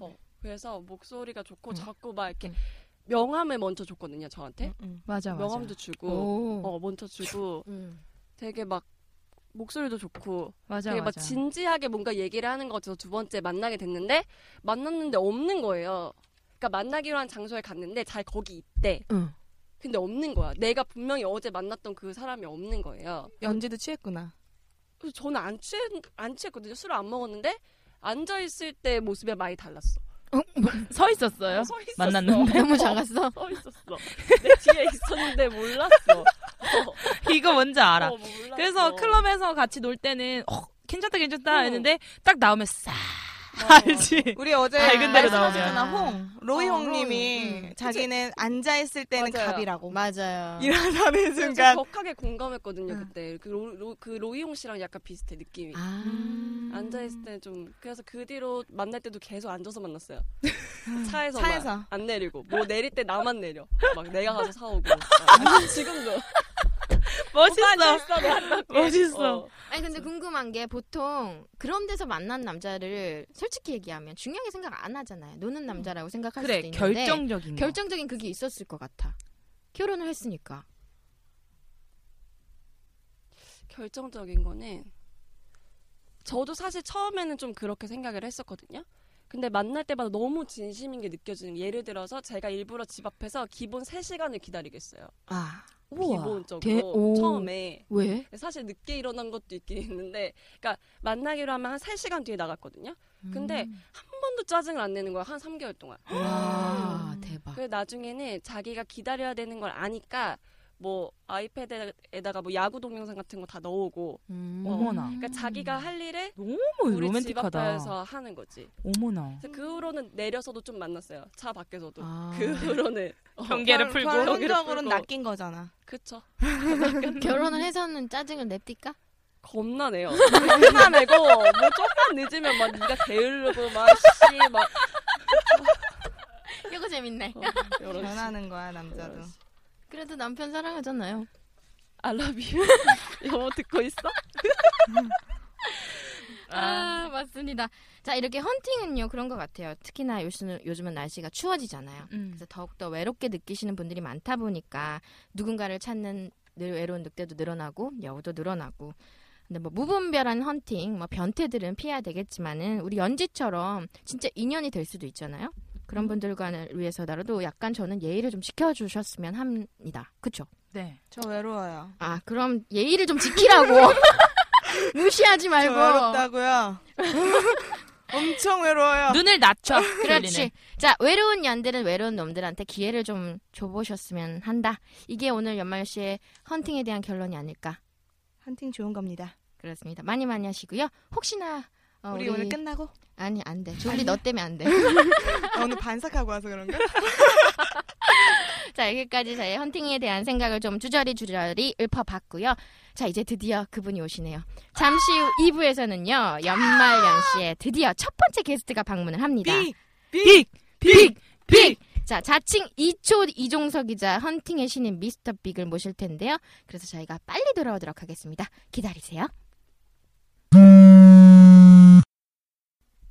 S5: 어, 그래서 목소리가 좋고
S2: 음.
S5: 자꾸 막 이렇게
S2: 음.
S5: 명함을 먼저 줬거든요
S3: 네? 음,
S5: 저한테.
S6: 맞아, 맞아.
S5: 명함도 주고
S2: 오.
S5: 어 먼저 주고
S2: 음. <laughs>
S5: 되게 막 목소리도 좋고
S6: 맞아,
S5: 되게 막
S6: 맞아.
S5: 진지하게 뭔가 얘기를 하는 것 같아서 두 번째 만나게 됐는데 만났는데 없는 거예요. 그러니까 만나기로 한 장소에 갔는데 잘 거기 있대.
S2: 응.
S5: 근데 없는 거야. 내가 분명히 어제 만났던 그 사람이 없는 거예요.
S3: 연지도 취했구나
S5: 그래서 저는 안 취, 안 취했거든요. 술을 안 먹었는데 앉아 있을 때 모습이 많이 달랐어.
S6: 서 있었어요?
S5: 서 있었어.
S2: <laughs>
S6: 만났는데?
S2: 너무 작았어.
S5: 서 있었어. 내 뒤에 있었는데 <laughs> 몰랐어. 어,
S6: 이거 뭔지 알아.
S5: 어, 몰랐어.
S6: 그래서 클럽에서 같이 놀 때는 어, 괜찮다 괜찮다
S5: 응.
S6: 했는데 딱 나오면 싹
S5: 맞아, 맞아.
S6: 알지.
S3: 우리 어제
S6: 밝은 데로 나오면.
S3: 말씀하셨잖아, 홍 로이
S5: 어,
S3: 홍님이
S2: 로이. 음.
S3: 자기는 앉아 있을 때는
S5: 맞아요.
S3: 갑이라고
S2: 맞아요.
S3: <laughs> 일어나는
S5: 그래서
S3: 순간
S5: 격하게 공감했거든요 그때 그, 로, 로, 그 로이용 씨랑 약간 비슷해 느낌이
S2: 아.
S5: 앉아 있을 때 좀 그래서 그 뒤로 만날 때도 계속 앉아서 만났어요 차에서
S3: 차에서.
S5: 안 내리고 뭐 내릴 때 나만 내려 막 내가 가서 사오고 <laughs> 지금도
S6: 멋있어.
S5: 있어
S6: 멋있어.
S2: 아니 근데 궁금한 게 보통 그런 데서 만난 남자를 솔직히 얘기하면 중요하게 생각 안 하잖아요. 노는 남자라고 생각할
S6: 음. 그래
S2: 수도 있는데
S6: 결정적인 뭐. 거.
S2: 결정적인 그게 있었을 것 같아. 결혼을 했으니까.
S5: 결정적인 거는 저도 사실 처음에는 좀 그렇게 생각을 했었거든요. 근데 만날 때마다 너무 진심인 게 느껴지는 게 예를 들어서 제가 일부러 집 앞에서 기본 3시간을 기다리겠어요.
S2: 아
S5: 기본적으로
S2: 대- 오.
S5: 처음에
S2: 왜?
S5: 사실 늦게 일어난 것도 있긴 있는데 그러니까 만나기로 하면 한 3시간 뒤에 나갔거든요. 근데 한 번도 짜증을 안 내는 거야. 한 3개월 동안.
S2: 와 대박.
S5: 그래서 나중에는 자기가 기다려야 되는 걸 아니까 뭐 아이패드에다가 뭐 야구 동영상 같은 거 다 넣어오고
S2: 음.
S6: 어머나.
S5: 그러니까 자기가 할 일을
S6: 너무
S5: 우리 집
S6: 로맨틱하다.
S5: 앞에서 하는 거지.
S6: 어머나.
S5: 그래서 그 후로는 내려서도 좀 만났어요. 차 밖에서도.
S2: 아.
S5: 그 후로는
S6: 경계를 풀고.
S3: 결론적으로는
S5: 풀고.
S3: 낚인 거잖아
S5: 그쵸.
S2: <laughs> 결혼을 해서는 짜증을 냅디까?
S5: 겁나네요. 겁나내고 뭐 조금만 늦으면 막 네가 게으르고 막씨막 어,
S2: 이거 재밌네.
S5: 여러 씨.
S3: 변하는 거야 남자도
S2: 그래도 남편 사랑하잖아요.
S5: 알라뷰 <laughs> 여보 뭐 듣고 있어?
S2: 아, 맞습니다. 자, 이렇게 헌팅은요, 그런 것 같아요. 특히나 요즘은, 요즘은 날씨가 추워지잖아요.
S6: 음.
S2: 그래서 더욱더 외롭게 느끼시는 분들이 많다 보니까 누군가를 찾는 늘 외로운 늑대도 늘어나고, 여우도 늘어나고. 근데 뭐 무분별한 헌팅, 뭐 변태들은 피해야 되겠지만은, 우리 연지처럼 진짜 인연이 될 수도 있잖아요.
S3: 음.
S2: 그런 분들과는 위해서라도 약간 저는 예의를 좀 지켜주셨으면 합니다. 그쵸?
S6: 네.
S3: 저 외로워요
S2: 아, 그럼 예의를 좀
S3: <laughs>
S2: 지키라고! <laughs> 무시하지
S3: 저
S2: 말고.
S6: <laughs>
S3: 외롭다고요 엄청 외로워요
S6: 눈을 <laughs> 낮춰.
S2: 그렇지.
S6: 젤리는.
S2: 자, 외로운 년들은 외로운 놈들한테 기회를 좀 줘보셨으면 한다. 이게 오늘 연말시의 헌팅에 대한 결론이 아닐까.
S3: 한팅 좋은 겁니다
S2: 그렇습니다. 많이 많이 하시고요. 혹시나 어,
S3: 우리 오늘 <laughs> 끝나고
S2: 아니 안 돼. 졸리 너 때문에 안 돼.
S3: 아, 오늘 반삭하고 와서 <laughs> 그런가?
S2: 자, 여기까지 저의 헌팅에 대한 생각을 좀 주저리주저리 읊어봤고요. 자, 이제 드디어 그분이 오시네요. 잠시 후 2부에서는요. 연말 연시에 드디어 첫 번째 게스트가 방문을 합니다.
S6: 빅, 빅, 빅.
S2: 자, 자칭 이초 이종서 기자 헌팅의 신인 미스터 빅을 모실 텐데요. 그래서 저희가 빨리 돌아오도록 하겠습니다. 기다리세요.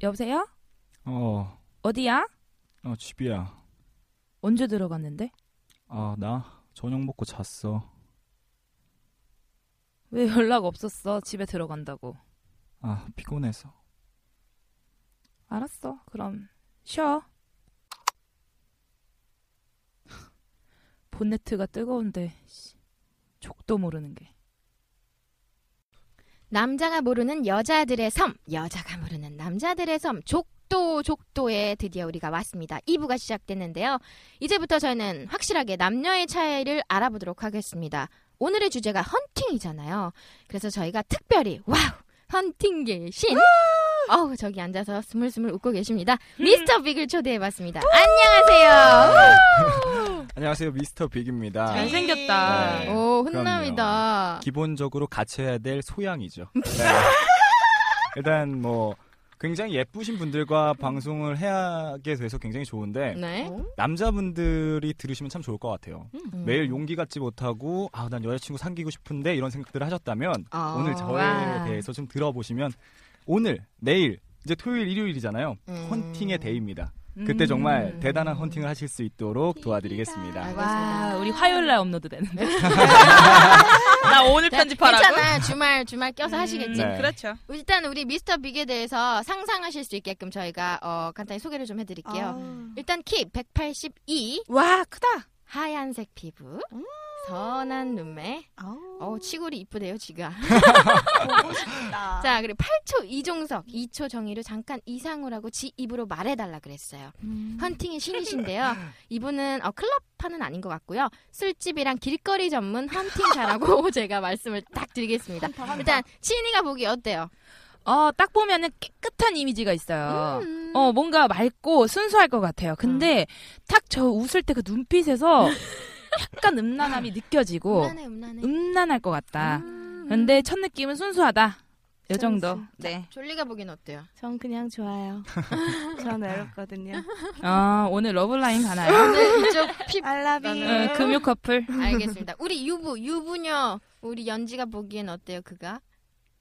S6: 여보세요?
S8: 어,
S6: 어디야?
S8: 어 집이야.
S6: 언제 들어갔는데?
S8: 아, 나 저녁 먹고 잤어.
S6: 왜 연락 없었어? 집에 들어간다고.
S8: 아 피곤해서
S6: 알았어. 그럼 쉬어. 본네트가 뜨거운데 씨, 족도 모르는 게.
S2: 남자가 모르는 여자들의 섬, 여자가 모르는 남자들의 섬, 족도, 족도에 드디어 우리가 왔습니다. 2부가 시작됐는데요. 이제부터 저희는 확실하게 남녀의 차이를 알아보도록 하겠습니다. 오늘의 주제가 헌팅이잖아요. 그래서 저희가 특별히, 와우! 헌팅계 신! 어우, 저기 앉아서 스물스물 웃고 계십니다. 미스터 빅을 초대해봤습니다. 안녕하세요!
S8: 안녕하세요 미스터 빅입니다
S6: 잘생겼다.
S8: 네.
S2: 오, 훈남이다.
S8: 기본적으로 갖춰야 될 소양이죠 네. 일단 뭐 굉장히 예쁘신 분들과 방송을 해하게 돼서 굉장히 좋은데
S2: 네.
S6: 어?
S8: 남자분들이 들으시면 참 좋을 것 같아요
S2: 음.
S8: 매일 용기 갖지 못하고 아 난 여자친구 사귀고 싶은데 이런 생각들을 하셨다면
S2: 아,
S8: 오늘 저에
S2: 와.
S8: 대해서 좀 들어보시면 오늘 내일 이제 토요일 일요일이잖아요
S2: 음.
S8: 헌팅의 데이입니다
S6: 음.
S8: 그때 정말 대단한 헌팅을 하실 수 있도록 도와드리겠습니다.
S6: 와,
S2: 알겠습니다.
S6: 우리 화요일 날 업로드 되는데. 나 오늘 편집하라고. 음.
S2: 괜찮아. 주말, 주말 껴서 하시겠지.
S8: 네.
S3: 그렇죠.
S2: 일단 우리 미스터 빅에 대해서 상상하실 수 있게끔 저희가 어, 간단히 소개를 좀 해드릴게요. 일단 키 182,
S3: 와 크다.
S2: 하얀색 피부, 선한 눈매,
S3: 아.
S2: 어 치골이 이쁘대요 지가. <laughs>
S3: 아.
S2: 자 그리고 8초 이종석, 2초 정의로 잠깐 이상우라고 지 입으로 말해달라 그랬어요. 헌팅의 <laughs> 신이신데요. 이분은 어, 클럽파는 아닌 것 같고요. 술집이랑 길거리 전문 <laughs> 헌팅자라고 제가 말씀을 딱 드리겠습니다. 일단 치인이가 보기 어때요?
S6: 어, 딱 보면은 깨끗한 이미지가 있어요.
S2: 음.
S6: 어, 뭔가 맑고 순수할 것 같아요. 근데 딱 저 웃을 때 그 눈빛에서 약간 음란함이 느껴지고
S2: 음란해 음란해.
S6: 음란할 것 같다.
S2: 음.
S6: 근데 첫 느낌은 순수하다. 요 정도. 네.
S2: 졸리가 보기엔 어때요?
S3: 전 그냥
S6: <laughs>
S3: 좋아요. 전 외롭거든요.
S6: 아, 오늘 러블라인 가나요?
S2: 오늘 이쪽 피
S3: 알라비.
S6: 어, 금요 커플.
S2: 알겠습니다. 우리 유부, 유부녀. 우리 연지가 보기엔 어때요, 그가?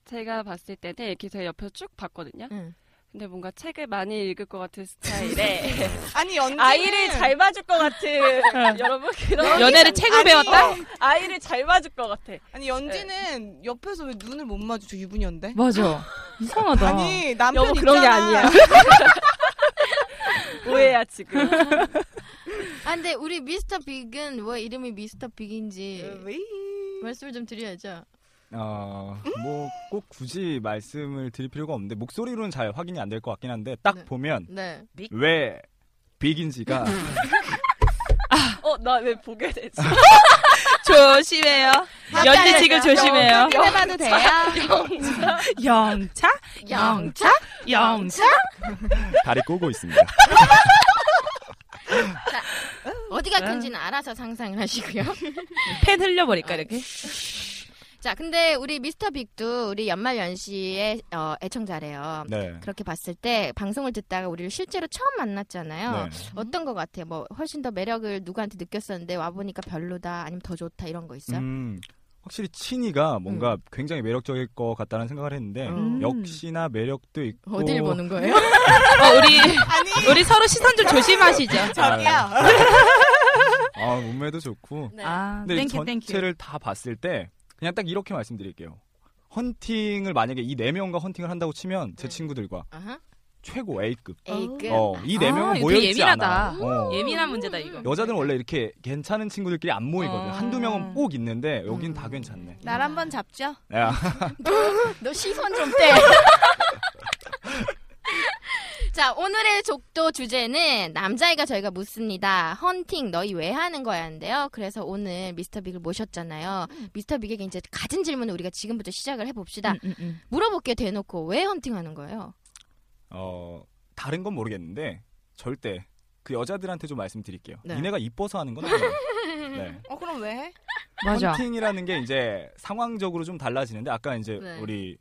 S5: 제가 봤을 때는 이렇게 제가 옆에서 쭉 봤거든요.
S2: 응.
S5: 근데 뭔가 책을 많이 읽을 것 같은 스타일에
S3: 아니 연기
S5: 아이를 잘 봐줄 것 같은 여러분 그런
S6: 연애를 책을 배웠다?
S5: 어,
S6: 어.
S5: 아이를 잘 봐줄 것 같아. 네.
S3: 아니 연지는 옆에서 왜 눈을 못 마주쳐 유부녀인데?
S6: 맞아. 이상하다.
S3: 아니 남편
S5: 여보, 그런 게
S3: 있잖아.
S5: 아니야. 오해야 지금.
S2: 아, 근데 우리 미스터 빅은 왜 이름이 미스터 빅인지
S3: 왜?
S2: 말씀을 좀 드려야죠.
S8: 어, 뭐 꼭 굳이 말씀을 드릴 필요가 없는데 목소리로는 잘 확인이 안 될 것 같긴 한데 딱
S2: 네.
S8: 보면
S2: 네.
S8: 왜 빅인지가
S5: 어 나 왜 보게 되지?
S6: 조심해요. 연지 지금 조심해요.
S2: 해봐도 돼요?
S6: <laughs> 영차? 영차? 영차?
S8: 다리 꼬고 있습니다.
S2: 어디가
S6: 네.
S2: 큰지는 알아서 상상을 하시고요. <laughs>
S6: 펜 흘려버릴까, 이렇게?
S2: 자, 근데 우리 미스터 빅도 우리 연말 연시의 어, 애청자래요.
S8: 네.
S2: 그렇게 봤을 때 방송을 듣다가 우리를 실제로 처음 만났잖아요.
S8: 네.
S2: 어떤 것 같아요? 뭐 훨씬 더 매력을 누구한테 느꼈었는데 와 보니까 별로다, 아니면 더 좋다 이런 거 있어요?
S8: 음, 확실히 친이가 뭔가 굉장히 매력적일 것 같다는 생각을 했는데
S2: 음.
S8: 역시나 매력도 있고
S2: 어딜 보는 거예요? <laughs>
S6: 어, 우리, 우리 서로 시선 좀 조심하시죠.
S8: 저기요. 아 몸매도 좋고
S6: 아,
S8: 근데 이
S6: 땡큐, 땡큐.
S8: 네, 전체를 다 봤을 때 그냥 딱 이렇게 말씀드릴게요. 헌팅을 만약에 이 네 명과 헌팅을 한다고 치면 제
S2: 네.
S8: 친구들과
S2: 아하.
S8: 최고 A급.
S2: A급.
S8: 어, 이 네
S6: 아,
S8: 명은
S6: 이거
S8: 모여
S6: 되게
S8: 있지
S6: 예민하다.
S8: 않아. 어.
S6: 예민한 문제다, 이거.
S8: 여자들은 원래 이렇게 괜찮은 친구들끼리 안 모이거든.
S6: 어.
S8: 요 한두 명은 꼭 있는데 여긴
S2: 음.
S8: 다 괜찮네.
S3: 날 한번 잡죠.
S8: 야,
S2: 너 시선 좀
S8: <laughs>
S2: 떼. 자, 오늘의 족도 주제는 남자애가 저희가 묻습니다. 헌팅 너희 왜 하는 거야인데요. 그래서 오늘 미스터 빅을 모셨잖아요. 미스터 빅에게 이제 가진 질문을 우리가 지금부터 시작을 해봅시다.
S6: 음, 음, 음.
S2: 물어볼게 대놓고 왜 헌팅하는 거예요?
S8: 어, 다른 건 모르겠는데 절대 그 여자들한테 좀 말씀드릴게요.
S2: 네.
S8: 니네가 이뻐서 하는 건 아니에요. 네.
S3: 어 그럼 왜 해?
S6: <laughs> 맞아.
S8: 헌팅이라는 게 이제 상황적으로 좀 달라지는데 아까 이제
S2: 네.
S8: 우리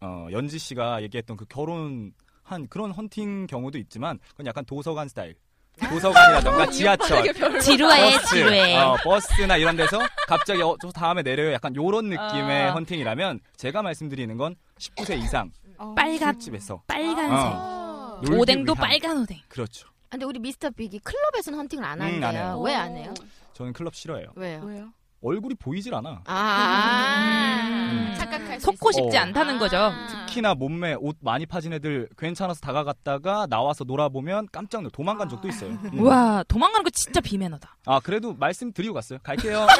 S8: 어, 연지 씨가 얘기했던 그 결혼 한 그런 헌팅 경우도 있지만 그건 약간 도서관 스타일.
S6: 아. <laughs> 어,
S8: 도서관이라던가 지하철,
S6: 지루해,
S8: 버스,
S6: 지루해.
S8: 어, 버스나 이런 데서 갑자기 어, 저 다음에 내려요. 약간 요런 느낌의
S6: 아.
S8: 헌팅이라면 제가 말씀드리는 건 19세 이상
S3: 어.
S6: 빨간,
S8: 집에서
S6: 빨간색.
S2: 아,
S8: 어. 놀기
S6: 오뎅도
S8: 위한.
S6: 빨간 오뎅.
S8: 그렇죠.
S2: 근데 우리 미스터 빅이 클럽에서는 헌팅을 안
S8: 음, 안
S2: 한대요.
S8: 해요.
S2: 왜 안 해요?
S8: 저는 클럽 싫어해요.
S2: 왜요?
S3: 왜요?
S8: 얼굴이 보이질 않아.
S2: 아, 아,
S6: 음.
S9: 착각할 수
S6: 속고
S9: 있어요.
S6: 싶지 않다는 거죠.
S9: 아.
S8: 특히나 몸매 옷 많이 파진 애들 괜찮아서 다가갔다가 나와서 놀아보면 깜짝 놀 도망간 적도 있어요. 음.
S6: 아. 우와 도망가는 거 진짜 비매너다.
S8: 아 그래도 말씀드리고 갔어요. 갈게요.
S6: <laughs>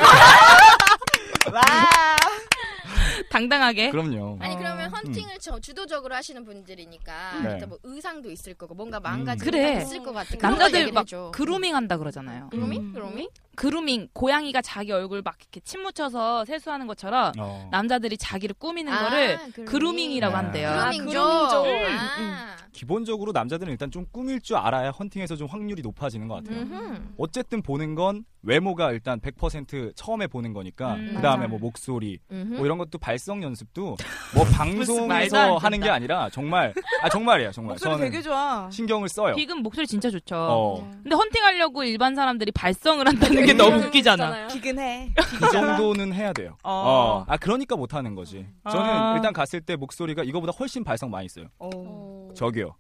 S6: 당당하게.
S8: 그럼요.
S9: 아니
S6: 어.
S9: 그러면 헌팅을 저 주도적으로 하시는 분들이니까
S8: 음. 네.
S9: 일단 뭐 의상도 있을 거고 뭔가 망가지
S6: 음. 그래.
S9: 있을 것 같은 그런 걸
S6: 남자들
S9: 얘기를
S6: 막
S9: 해줘.
S6: 그루밍 음. 한다 그러잖아요.
S9: 그루밍 그루밍
S6: 그루밍 고양이가 자기 얼굴 막 이렇게 침 묻혀서 세수하는 것처럼
S8: 어.
S6: 남자들이 자기를 꾸미는 거를 아, 그루밍이라고 음.
S8: 네.
S6: 한대요.
S8: 아,
S9: 아, 그루밍 좀.
S3: 그루밍 좀.
S9: 아.
S8: 기본적으로 남자들은 일단 좀 꾸밀 줄 알아야 헌팅에서 좀 확률이 높아지는 것 같아요.
S9: 음흠.
S8: 어쨌든 보는 건 외모가 일단 100% 처음에 보는 거니까
S6: 음,
S8: 그 다음에
S9: 맞아.
S8: 뭐 목소리
S9: 음흠.
S8: 뭐 이런 것도 발성 연습도 뭐
S6: 말도 안
S8: 방송에서 하는 게
S6: 된다.
S8: 아니라 정말 아 정말이에요 정말
S3: 목소리
S8: 저는
S3: 되게 좋아.
S8: 신경을 써요.
S6: 비금 목소리 진짜 좋죠.
S8: 네. 어.
S6: 근데 헌팅하려고 일반 사람들이 발성을 한다는 게 너무 웃기잖아.
S3: 기근해.
S8: 그 정도는 해야 돼요.
S3: 어.
S8: 어. 아 그러니까 못 하는 거지. 저는
S6: 아.
S8: 일단 갔을 때 목소리가 이거보다 훨씬 발성 많이 있어요.
S9: 음.
S3: 어.
S8: 저기요.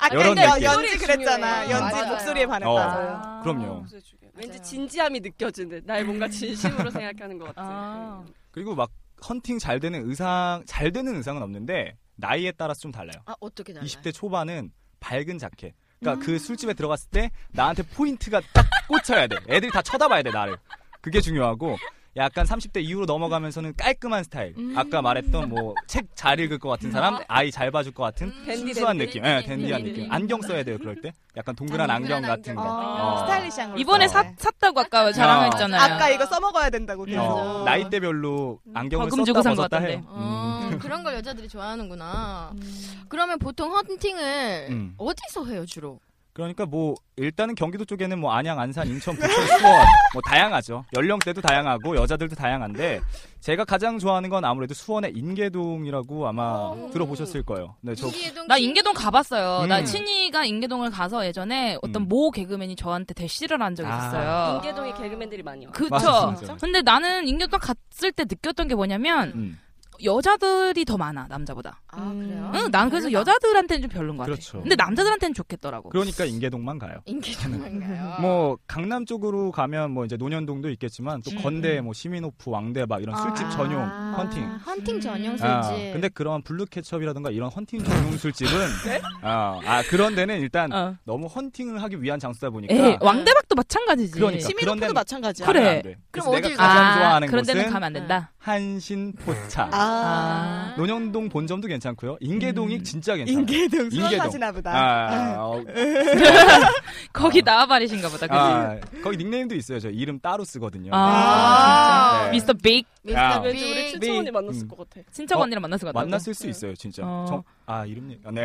S3: 아까
S8: 이런
S3: 근데 연-
S8: 느낌.
S3: 연지 그랬잖아.
S5: 중요해요.
S3: 연지
S9: 맞아요.
S3: 목소리에 반했다.
S8: 어. 그럼요.
S5: 왠지
S9: 맞아요.
S5: 진지함이 느껴지는 날 뭔가 진심으로 생각하는 것 음.
S6: 아.
S5: 같아.
S8: 그리고 막 헌팅 잘 되는 의상 잘 되는 의상은 없는데 나이에 따라서 좀 달라요.
S9: 아 어떻게 달라?
S8: 20대 초반은 밝은 자켓. 그러니까 그 술집에 들어갔을 때 나한테 포인트가 딱 꽂혀야 돼. 애들이 다 쳐다봐야 돼 나를. 그게 중요하고 약간 30대 이후로 넘어가면서는 깔끔한 스타일. 아까 말했던 뭐 책 잘 읽을 것 같은 사람, 아이 잘 봐줄 것 같은
S9: 음.
S5: 댄디,
S8: 순수한
S5: 댄디.
S8: 느낌. 예, 댄디한
S5: 댄디.
S8: 느낌. 안경 써야 돼요 그럴 때. 약간 동그란 안경 같은
S3: 어,
S8: 거.
S2: 아,
S8: 어.
S3: 스타일리시한 걸.
S6: 이번에
S8: 어.
S6: 사, 그렇죠. 샀다고 아까 자랑했잖아요.
S3: 아까 이거 써먹어야 된다고
S5: 음.
S3: 계속.
S8: 어, 나이대별로 안경을 썼다
S6: 거금 주고 산것
S8: 벗었다
S6: 같던데.
S8: 해요. 음. <laughs>
S9: 어, 그런 걸 여자들이 좋아하는구나.
S6: 음.
S9: 그러면 보통 헌팅을
S8: 음.
S9: 어디서 해요 주로?
S8: 그러니까 뭐 일단은 경기도 쪽에는 뭐 안양, 안산, 인천, 부천, 수원 뭐 다양하죠. 연령대도 다양하고 여자들도 다양한데 제가 가장 좋아하는 건 아무래도 수원의 인계동이라고 아마 들어보셨을 거예요. 네,
S2: 음.
S8: 저
S9: 인계동
S6: 나 인계동 가봤어요. 나
S8: 음.
S6: 친이가 인계동을 가서 예전에 어떤
S8: 음.
S6: 모 개그맨이 저한테 대시를 한 적이
S8: 아.
S6: 있어요.
S5: 인계동에 개그맨들이 많이 와.
S6: 그쵸.
S8: 맞습니다.
S6: 근데 나는 인계동 갔을 때 느꼈던 게 뭐냐면
S8: 음,
S6: 여자들이 더 많아 남자보다.
S9: 아 그래요?
S8: 그러니까
S6: 응, 난 그래서 여자들한테는 좀 별론 것 같아.
S8: 그렇죠.
S6: 근데 남자들한테는 좋겠더라고.
S8: 그러니까 인계동만 가요.
S9: 인계동인가요?
S8: 뭐 강남 쪽으로 가면 뭐 이제 논현동도 있겠지만 또
S6: 음,
S8: 건대, 뭐 시민호프, 왕대박 이런
S2: 아.
S8: 술집 전용 헌팅.
S9: 아. 헌팅 전용 술집.
S8: 아, 근데 그런 블루캐첩이라든가 이런 헌팅 전용 술집은 아, 아 그런 데는 일단
S6: 어.
S8: 너무 헌팅을 하기 위한 장소다 보니까
S6: 에이, 예, 왕대박도 마찬가지지.
S8: 그러니까
S3: 시민호프도
S8: 그런데-
S3: 마찬가지야.
S6: 그래.
S8: 가면 안 돼. 그래서
S9: 그럼
S8: 내가
S9: 어딜
S8: 가장
S6: 아,
S8: 좋아하는
S6: 그런 데는
S8: 곳은
S6: 가면 안 된다.
S8: 한신포차.
S3: 아.
S6: 아.
S8: 논현동 본점도 괜찮고요. 인계동이
S6: 음.
S8: 진짜 괜찮아요.
S3: 인계동 수원
S8: 인계동.
S3: 사시나 보다.
S8: 아, 어,
S6: 거기 나와바리신가 보다. 그지?
S8: 아, 거기 닉네임도 있어요. 저 이름 따로 쓰거든요.
S6: 아,
S8: 네.
S6: 미스터 빅
S8: 아.
S9: 미스터
S5: 왠지 우리
S9: 빅.
S8: 네.
S5: 친척 언니 만났을
S8: 음.
S5: 것 같아.
S6: 친척
S8: 어,
S6: 언니랑 만났을 것 같다고.
S8: 만났을 수 있어요, 진짜.
S6: 어.
S8: 저- 아 이름 얘기. 아, 네.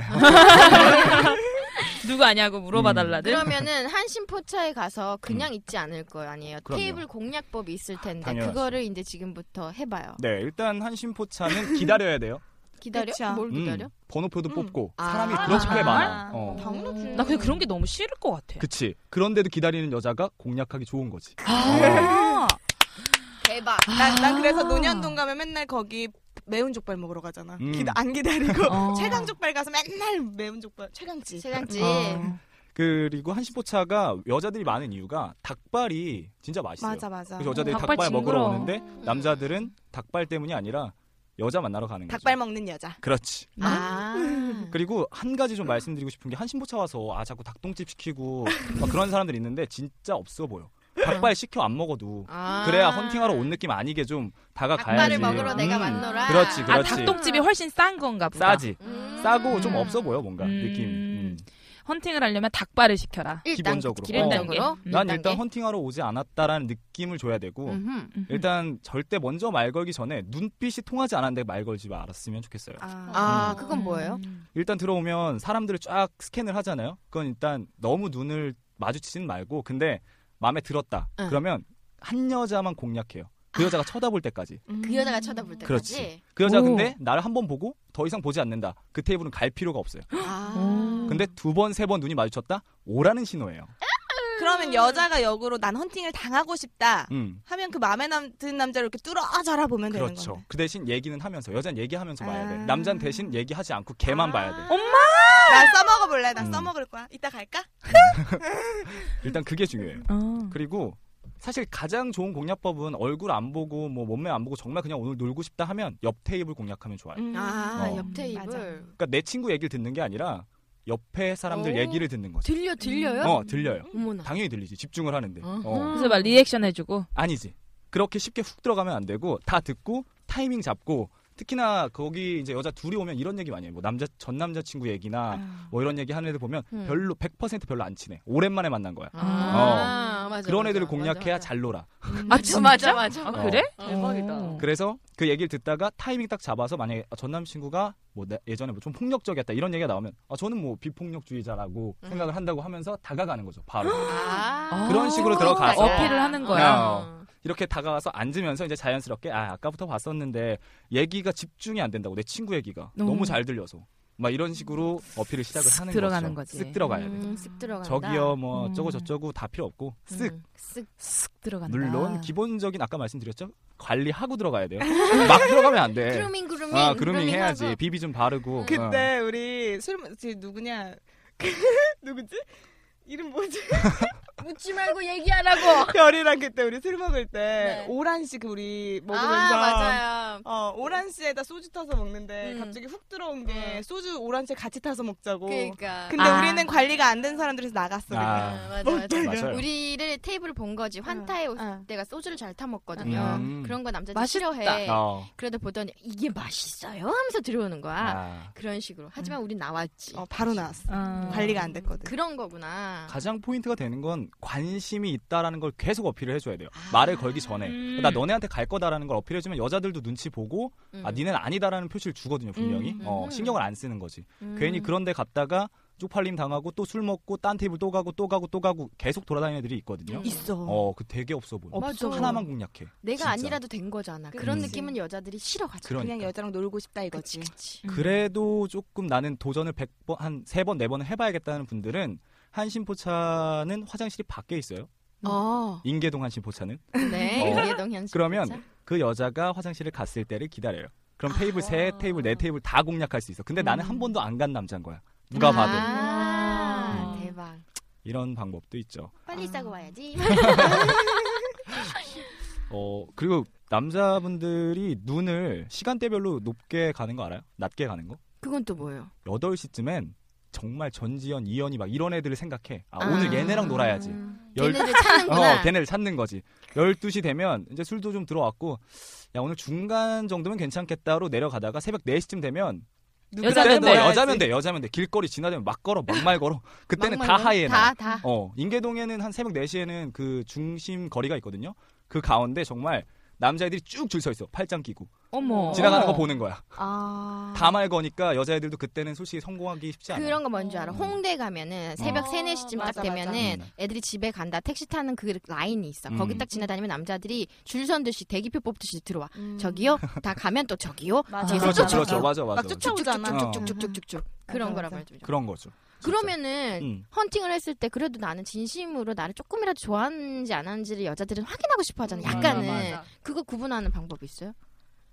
S6: <laughs> 누구 아냐고 물어봐 달라든.
S9: 그러면은 한신포차에 가서 그냥 있지 않을 거 아니에요.
S8: 음. 그럼요.
S9: 테이블 공략법이 있을 텐데
S8: 당연하죠.
S9: 그거를 이제 지금부터 해봐요.
S8: <laughs> 네, 일단 한신포차는 기다려야 돼요.
S9: 기다려?
S3: 그쵸.
S9: 뭘
S8: 음,
S9: 기다려?
S8: 번호표도 뽑고
S9: 아,
S8: 사람이 그렇게
S6: 정말?
S8: 많아.
S3: 음.
S8: 어.
S3: 당연하지.
S6: 나 근데 그런 게 너무 싫을 것 같아.
S8: 그치. 그런데도 기다리는 여자가 공략하기 좋은 거지.
S6: 아,
S9: 대박.
S3: 난, 난 그래서 논현동 가면 맨날 거기 매운 족발 먹으러 가잖아.
S8: 음.
S3: 기다, 안 기다리고
S6: 어.
S3: <laughs> 최강 족발 가서 맨날 매운 족발 최강지.
S9: 세강지. 음.
S6: 어.
S8: 그리고 한신포차가 여자들이 많은 이유가 닭발이 진짜 맛있어요.
S3: 맞아 맞아.
S8: 그래서 여자들이
S6: 닭발
S8: 닭발, 먹으러
S6: 징그러워.
S8: 오는데 남자들은 닭발 때문이 아니라 여자 만나러 가는 거죠.
S3: 닭발 먹는 여자.
S8: 그렇지.
S9: 아.
S8: 그리고 한 가지 좀 말씀드리고 싶은 게 한신포차 와서 아 자꾸 닭똥집 시키고 막 그런 사람들 있는데 진짜 없어 보여. 닭발 시켜 안 먹어도
S9: 아.
S8: 그래야 헌팅하러 온 느낌 아니게 좀 다가가야지.
S9: 닭발을 먹으러 내가
S8: 음,
S9: 만노라.
S8: 그렇지,
S6: 아,
S8: 그렇지.
S6: 닭똥집이 훨씬 싼 건가 보다.
S8: 싸지.
S9: 음.
S8: 싸고 좀 없어 보여 뭔가
S6: 음.
S8: 느낌. 음.
S6: 헌팅을 하려면 닭발을 시켜라.
S9: 일단
S8: 기본적으로.
S9: 기본적으로.
S6: 어.
S8: 난
S9: 단계.
S8: 일단 헌팅하러 오지 않았다라는 느낌을 줘야 되고
S9: 음. 음흠.
S8: 일단 절대 먼저 말 걸기 전에 눈빛이 통하지 않았는데 말 걸지 말았으면 좋겠어요. 음.
S9: 아,
S6: 음.
S9: 그건 뭐예요?
S8: 일단 들어오면 사람들을 쫙 스캔을 하잖아요. 그건 일단 너무 눈을 마주치진 말고 근데 마음에 들었다.
S9: 응. 아.
S8: 그러면 한 여자만 공략해요. 그 여자가 쳐다볼 때까지.
S2: 음.
S9: 그 여자가 쳐다볼 때까지.
S8: 그렇지. 그 여자
S6: 오.
S8: 근데 나를 한 번 보고 더 이상 보지 않는다. 그 테이블은 갈 필요가 없어요.
S3: 음.
S9: 아.
S8: 근데
S2: 음.
S8: 두 번, 세 번 눈이 마주쳤다? 오라는 신호예요.
S3: 그러면 여자가 역으로 난 헌팅을 당하고 싶다.
S8: 음.
S3: 하면 그 마음에 남, 드는 남자를 이렇게 뚫어져라 보면
S2: 네,
S3: 되는
S8: 그렇죠.
S3: 건데.
S8: 그 대신 얘기는 하면서 여자는 얘기하면서 봐야 돼.
S3: 아.
S8: 남자는 대신 얘기하지 않고
S2: 아.
S8: 걔만 봐야
S9: 아.
S8: 돼.
S3: 나 써먹어 볼래. 나
S8: 음.
S3: 써먹을 거야. 이따 갈까?
S8: 일단 그게 중요해요.
S6: 어.
S8: 그리고 사실 가장 좋은 공략법은 얼굴 안 보고 뭐 몸매 안 보고 정말 그냥 오늘 놀고 싶다 하면 옆 테이블 공략하면 좋아요.
S2: 아,
S8: 어.
S2: 옆
S3: 맞아.
S2: 테이블.
S8: 그러니까 내 친구 얘기를 듣는 게 아니라 옆에 사람들
S2: 오.
S8: 얘기를 듣는 거죠.
S2: 들려 어. 들려요?
S8: 어 들려요.
S2: 어머나.
S8: 당연히 들리지 집중을 하는데. 어.
S2: 어허.
S6: 그래서 막 리액션 해주고
S8: 아니지. 그렇게 쉽게 훅 들어가면 안 되고 다 듣고 타이밍 잡고 특히나 거기 이제 여자 둘이 오면 이런 얘기 많이 해요. 뭐 남자 전 남자 친구 얘기나
S6: 음.
S8: 뭐 이런 얘기 하는 애들 보면
S2: 아. 음.
S8: 별로 100% 별로 안 친해. 오랜만에 만난 거야.
S2: 아, 맞아.
S8: 어. 그런
S2: 맞아,
S8: 애들을
S2: 맞아,
S8: 공략해야
S2: 맞아.
S8: 잘 놀아.
S6: 아,
S2: 맞아,
S6: 진짜?
S2: 맞아 맞아.
S8: 어.
S6: 그래?
S5: 대박이다.
S6: 어.
S8: 그래서 그 얘기를 듣다가 타이밍 딱 잡아서 만약에 전 남친구가 뭐 내- 예전에 뭐 좀 폭력적이었다 이런 얘기가 나오면 아, 저는 뭐 비폭력주의자라고
S2: 음.
S8: 생각을 한다고 하면서 다가가는 거죠.
S2: <gasps>
S8: 바로
S2: 아.
S8: 그런 식으로 들어가서
S6: 어필을 하는 거야.
S8: 어. 이렇게 다가가서 앉으면서 이제 자연스럽게 아 아까부터 봤었는데 얘기가 집중이 안 된다고 내 친구 얘기가
S6: 너무-
S8: 너무 잘 들려서 막 이런 식으로 어필을 시작을
S6: 쓱
S8: 하는
S6: 들어가는
S8: 거죠.
S6: 거지.
S8: 쓱 들어가야 돼.
S2: 음, 쓱 들어간다.
S8: 저기요 뭐
S6: 음.
S8: 저거 저쩌고 다 필요 없고 쓱
S2: 음, 쓱.
S6: 쓱 들어간다.
S8: 물론 기본적인 아까 말씀드렸죠 관리하고 들어가야 돼요. <laughs> 막 들어가면 안 돼.
S2: 그루밍 그루밍.
S8: 아 그루밍
S2: 하고.
S8: 해야지 비비 좀 바르고. 어.
S3: 그때 우리 술 먹- 지 누구냐 <laughs> 누구지 이름 뭐지
S2: 묻지 말고 <laughs> 얘기하라고.
S3: 별이랑 그때 우리 술 먹을
S2: 네.
S3: 때 오란 씨그 우리 먹으면서
S2: 아 맞아요.
S3: 어 오란 씨에다 소주 타서 먹는데
S2: 음.
S3: 갑자기 훅 들어온 게
S2: 어.
S3: 소주 오란 씨 같이 타서 먹자고
S2: 그러니까.
S3: 근데
S6: 아.
S3: 우리는 관리가 안 된 사람들에서 나갔어
S8: 아.
S2: 아, 맞아 맞아.
S8: 맞아요.
S2: 우리를 테이블을 본 거지. 환타에 올
S3: 어.
S2: 때가 소주를 잘 타 먹거든요.
S8: 음.
S2: 그런 거 남자들
S6: 맛있다.
S2: 싫어해.
S8: 어.
S2: 그래도 보더니 이게 맛있어요 하면서 들어오는 거야.
S8: 아.
S2: 그런 식으로. 하지만 우리 나왔지.
S3: 어 바로 나왔어
S6: 아.
S3: 관리가 안 됐거든
S2: 음. 그런 거구나.
S8: 가장 포인트가 되는 건 관심이 있다라는 걸 계속 어필을 해줘야 돼요.
S2: 아.
S8: 말을 걸기 전에
S6: 음.
S8: 나 너네한테 갈 거다라는 걸 어필해주면 여자들도 눈치 보고
S2: 음.
S8: 아 니는 아니다라는 표시를 주거든요 분명히
S2: 음, 음,
S8: 어,
S2: 음.
S8: 신경을 안 쓰는 거지
S2: 음.
S8: 괜히 그런데 갔다가 쪽팔림 당하고 또 술 먹고 딴 테이블 또 가고 또 가고 또 가고 계속 돌아다니는 애들이 있거든요.
S2: 음.
S3: 있어
S8: 어 그 되게 없어 보여.
S2: 없어. 음.
S8: 하나만 공략해.
S2: 내가
S8: 진짜.
S2: 아니라도 된 거잖아. 그런
S8: 그치.
S2: 느낌은 여자들이 싫어하지.
S8: 그러니까.
S3: 그냥 여자랑 놀고 싶다 이거지
S8: 그래도 조금 나는 도전을 100번 한 세 번 네 번은 해봐야겠다는 분들은 한신포차는 화장실이 밖에 있어요.
S2: 어.
S8: 인계동 한신포차는.
S2: 네.
S8: 어.
S2: 이해동 현씨.
S8: 그러면 그 여자가 화장실을 갔을 때를 기다려요. 그럼 테이블 세 테이블 네 테이블 다 공략할 수 있어. 근데 나는 한 번도 안 간 남자인 거야. 누가 봐도
S2: 아, 대박. 아.
S8: 이런 방법도 있죠.
S2: 빨리 싸고 와야지. <laughs>
S8: 어 그리고 남자분들이 눈을 시간대별로 높게 가는 거 알아요? 낮게 가는 거?
S2: 그건 또 뭐예요?
S8: 8시쯤엔 정말 전지현, 이현이 막 이런 애들을 생각해. 아,
S2: 아.
S8: 오늘 얘네랑 놀아야지. 열-
S2: 걔네를 찾는구나.
S8: 어, 걔네를 찾는 거지. 12시 되면 이제 술도 좀 들어왔고 야, 오늘 중간 정도면 괜찮겠다로 내려가다가 새벽 4시쯤 되면
S6: 여자면
S8: 그때는 뭐
S6: 돼.
S8: 여자면 돼 여자면 돼 길거리 지나다니면 막 걸어 막말 걸어 <laughs> 그때는
S2: 막말
S8: 다
S2: 걸어.
S8: 하이에나
S2: 다 다.
S8: 어 인계동에는 한 새벽 4시에는 그 중심 거리가 있거든요 그 가운데 정말 남자애들이 쭉 줄 서 있어 팔짱 끼고
S6: 어머.
S8: 지나가는 거 보는 거야
S3: 아
S8: 다 말 거니까 여자애들도 그때는 솔직히 성공하기 쉽지 않아
S2: 그런 거 뭔지 알아. 홍대 가면은 새벽
S5: 어.
S2: 세 3, 4시쯤 딱
S3: 맞아,
S2: 되면은
S8: 맞아.
S2: 애들이 집에 간다. 택시 타는 그 라인이 있어. 거기
S8: 네, 음.
S2: 딱 지나다니면 남자들이 줄 선 듯이 대기표 뽑듯이 들어와. 저기요. 다 가면 또 저기요.
S3: 맞아.
S2: 뒤에서
S8: 그렇죠
S2: 쫓아가.
S8: 그렇죠 맞아 맞아
S3: 막 쫓아오잖아
S8: 어.
S2: 쭉쭉쭉쭉쭉쭉쭉쭉. 그런
S3: 맞아,
S2: 거라고
S3: 맞아.
S2: 말좀
S8: 그런 거죠 진짜.
S2: 그러면은
S8: 음.
S2: 헌팅을 했을 때 그래도 나는 진심으로 나를 조금이라도 좋아하는지 안 하는지를 여자들은 확인하고 싶어
S8: 네.
S2: 하잖아.
S8: 음,
S2: 약간은 그거 구분하는 방법이 있어요?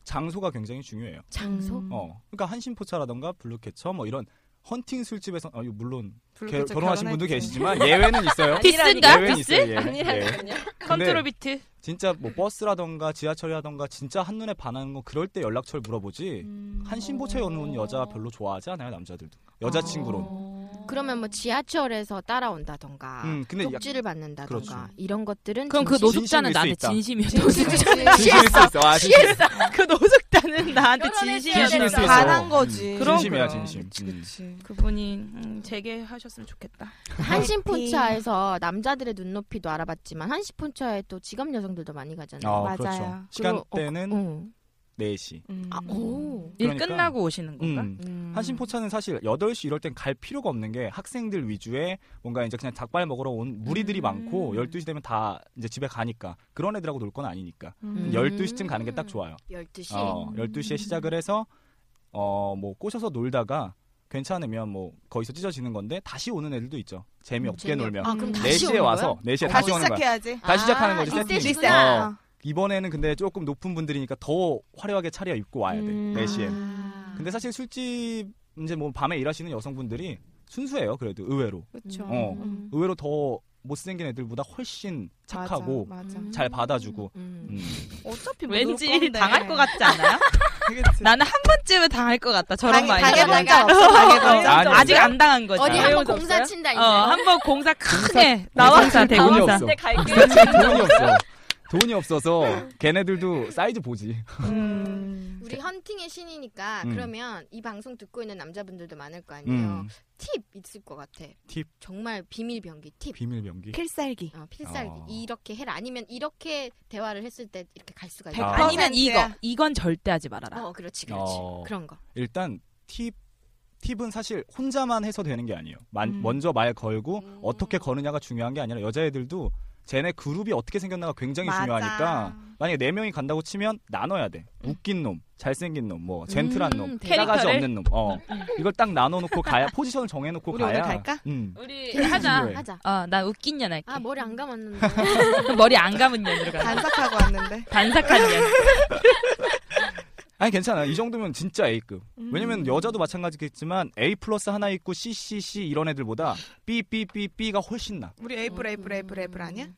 S8: 장소가 굉장히 중요해요
S2: 장소?
S8: 어 그러니까 한신포차라던가 블루캐처 뭐 이런 헌팅 술집에서 아, 이거 물론 개-
S3: 불꽃을
S8: 결혼하신 분도
S3: 결혼했지. <laughs>
S8: 계시지만 예외는 있어요
S6: 디스인가?
S8: 예외는
S6: 디스?
S8: 있어요 예. 예.
S6: 네.
S5: 아니라니요.
S6: 컨트롤 비트.
S8: 진짜 뭐 버스라던가 지하철이라던가 진짜 한눈에 반하는 건 그럴 때 연락처를 물어보지 음. 한신보채 오는 여자 별로 좋아하지 않아요 남자들도 여자친구로
S2: 그러면 뭐 지하철에서 따라온다던가
S8: 음 근데 약
S2: 쪽지를 받는다던가
S8: 그렇죠.
S2: 이런 것들은
S6: 그럼
S2: <laughs>
S6: 그
S2: 진심-
S6: 노숙자는
S8: 진심일 수
S6: 나한테
S8: 있다.
S6: 진심이었던 <laughs>
S8: 진심일 수 있어 아, 진심.
S6: 그 노숙자는 나한테
S8: 진심일
S6: 진심이었던
S8: 수 있어
S3: 반한 거지.
S8: 음,
S6: 그럼,
S8: 진심이야
S6: 그럼.
S8: 진심 음.
S6: 그분이 음, 재개하셨으면 좋겠다.
S2: 한신폰차에서 남자들의 눈높이도 알아봤지만 한신폰차에 또 지갑 여성들도 많이 가잖아요.
S8: 아
S3: 맞아요.
S8: 그렇죠
S2: 그리고
S8: 시간대는
S2: 어, 어.
S8: 4시
S3: 음.
S2: 아, 오.
S6: 일
S8: 그러니까.
S6: 끝나고 오시는 건가?
S8: 음.
S2: 음.
S8: 한신포차는 사실 8시 이럴 땐 갈 필요가 없는 게 학생들 위주의 뭔가 이제 그냥 닭발 먹으러 온 무리들이
S2: 음.
S8: 많고 12시 되면 다 이제 집에 가니까 그런 애들하고 놀 건 아니니까
S2: 음.
S8: 12시쯤 가는 게 딱 좋아요
S2: 12시.
S8: 어, 12시에 시작을 해서 어, 뭐 꼬셔서 놀다가 괜찮으면 뭐 거기서 찢어지는 건데 다시 오는 애들도 있죠. 재미없게
S2: 재미없-
S8: 놀면.
S2: 아, 그럼 다시
S8: 4시에
S2: 오는 어,
S8: 와서 4시에 다시,
S3: 네, 다시
S8: 오는 거야.
S3: 시작해야지.
S8: 다시 시작하는
S2: 아,
S8: 거지
S2: 리셋
S8: 세팅이.
S2: 시구나.
S8: 어. 이번에는 근데 조금 높은 분들이니까 더 화려하게 차려 입고 와야 돼.
S3: 음.
S8: 4시에.
S2: 아.
S8: 근데 사실 술집 이제 뭐 밤에 일하시는 여성분들이 순수해요. 그래도 의외로.
S3: 음,
S2: 그렇죠.
S8: 어. 의외로 더 못생긴 애들보다 훨씬 착하고
S3: 맞아.
S2: 음.
S8: 잘 받아주고
S2: 음.
S8: 음.
S3: 어차피 뭐 놀
S6: 왠지
S3: 건데.
S6: 당할 것 같지
S8: <laughs>
S6: 않아요? 나는 한 번쯤은 당할 것 같다. 저런 말.
S2: 당해본
S6: 있잖아.
S2: 적 없어. 당해본 적
S8: 아니,
S2: 없어.
S6: 아직 안 당한 거지.
S2: 어디 한번
S10: 없어요?
S2: 공사 친다 이제.
S6: 어, 한 번 공사
S8: 네,
S6: 크게 나와서
S8: 돈이
S6: 대공사.
S8: 없어.
S6: 네, 갈게.
S8: <laughs> 돈이 없어. 돈이 없어서 걔네들도 사이즈 보지.
S6: 음.
S8: <laughs>
S2: 우리 헌팅의 신이니까
S8: 음.
S2: 그러면 이 방송 듣고 있는 남자분들도 많을 거 아니에요.
S8: 음.
S2: 팁 있을 것 같아.
S8: 팁?
S2: 정말 비밀 병기 팁.
S8: 비밀 명기.
S3: 그 필살기.
S2: 어, 필살기
S8: 어.
S2: 이렇게 해라 아니면 이렇게 대화를 했을 때 이렇게 갈 수가 있다.
S8: 아.
S6: 아니면 이거 이건 절대 하지 말아라.
S2: 어 그렇지 그렇지
S8: 어.
S2: 그런 거.
S8: 일단 팁 팁은 사실 혼자만 해서 되는 게 아니에요. 만-
S10: 음.
S8: 먼저 말 걸고
S5: 음.
S8: 어떻게 거느냐가 중요한 게 아니라 여자애들도 쟤네 그룹이 어떻게 생겼나가 굉장히
S3: 맞아.
S8: 중요하니까 만약에 네 명이 간다고 치면 나눠야 돼.
S3: 음.
S8: 웃긴 놈, 잘생긴 놈, 뭐 젠틀한
S2: 음,
S8: 놈,
S2: 대박.
S8: 싸가지
S6: 캐릭터를?
S8: 없는 놈. 어. 이걸 딱 나눠 놓고 가야 포지션을 정해 놓고
S3: 음. 우리
S8: 가야.
S3: 오늘 갈까?
S8: 음.
S6: 우리
S8: 계속
S6: 하자.
S8: 중요해.
S2: 하자.
S6: 어, 나 웃긴 년 할게.
S2: 아 머리
S8: <laughs>
S2: 안 감았는데.
S6: <laughs> 머리 안 감은 년으로 가.
S3: 단삭하고 왔는데.
S6: 단삭한 년.
S8: 아니 괜찮아. 이 정도면 진짜 A급.
S3: 음.
S8: 왜냐면 여자도 마찬가지겠지만 A 플러스 하나 있고 C C C 이런 애들보다 B B B B가 훨씬 나.
S3: 우리 에이플 에이플 에이플 에이플 아니야?
S8: 네.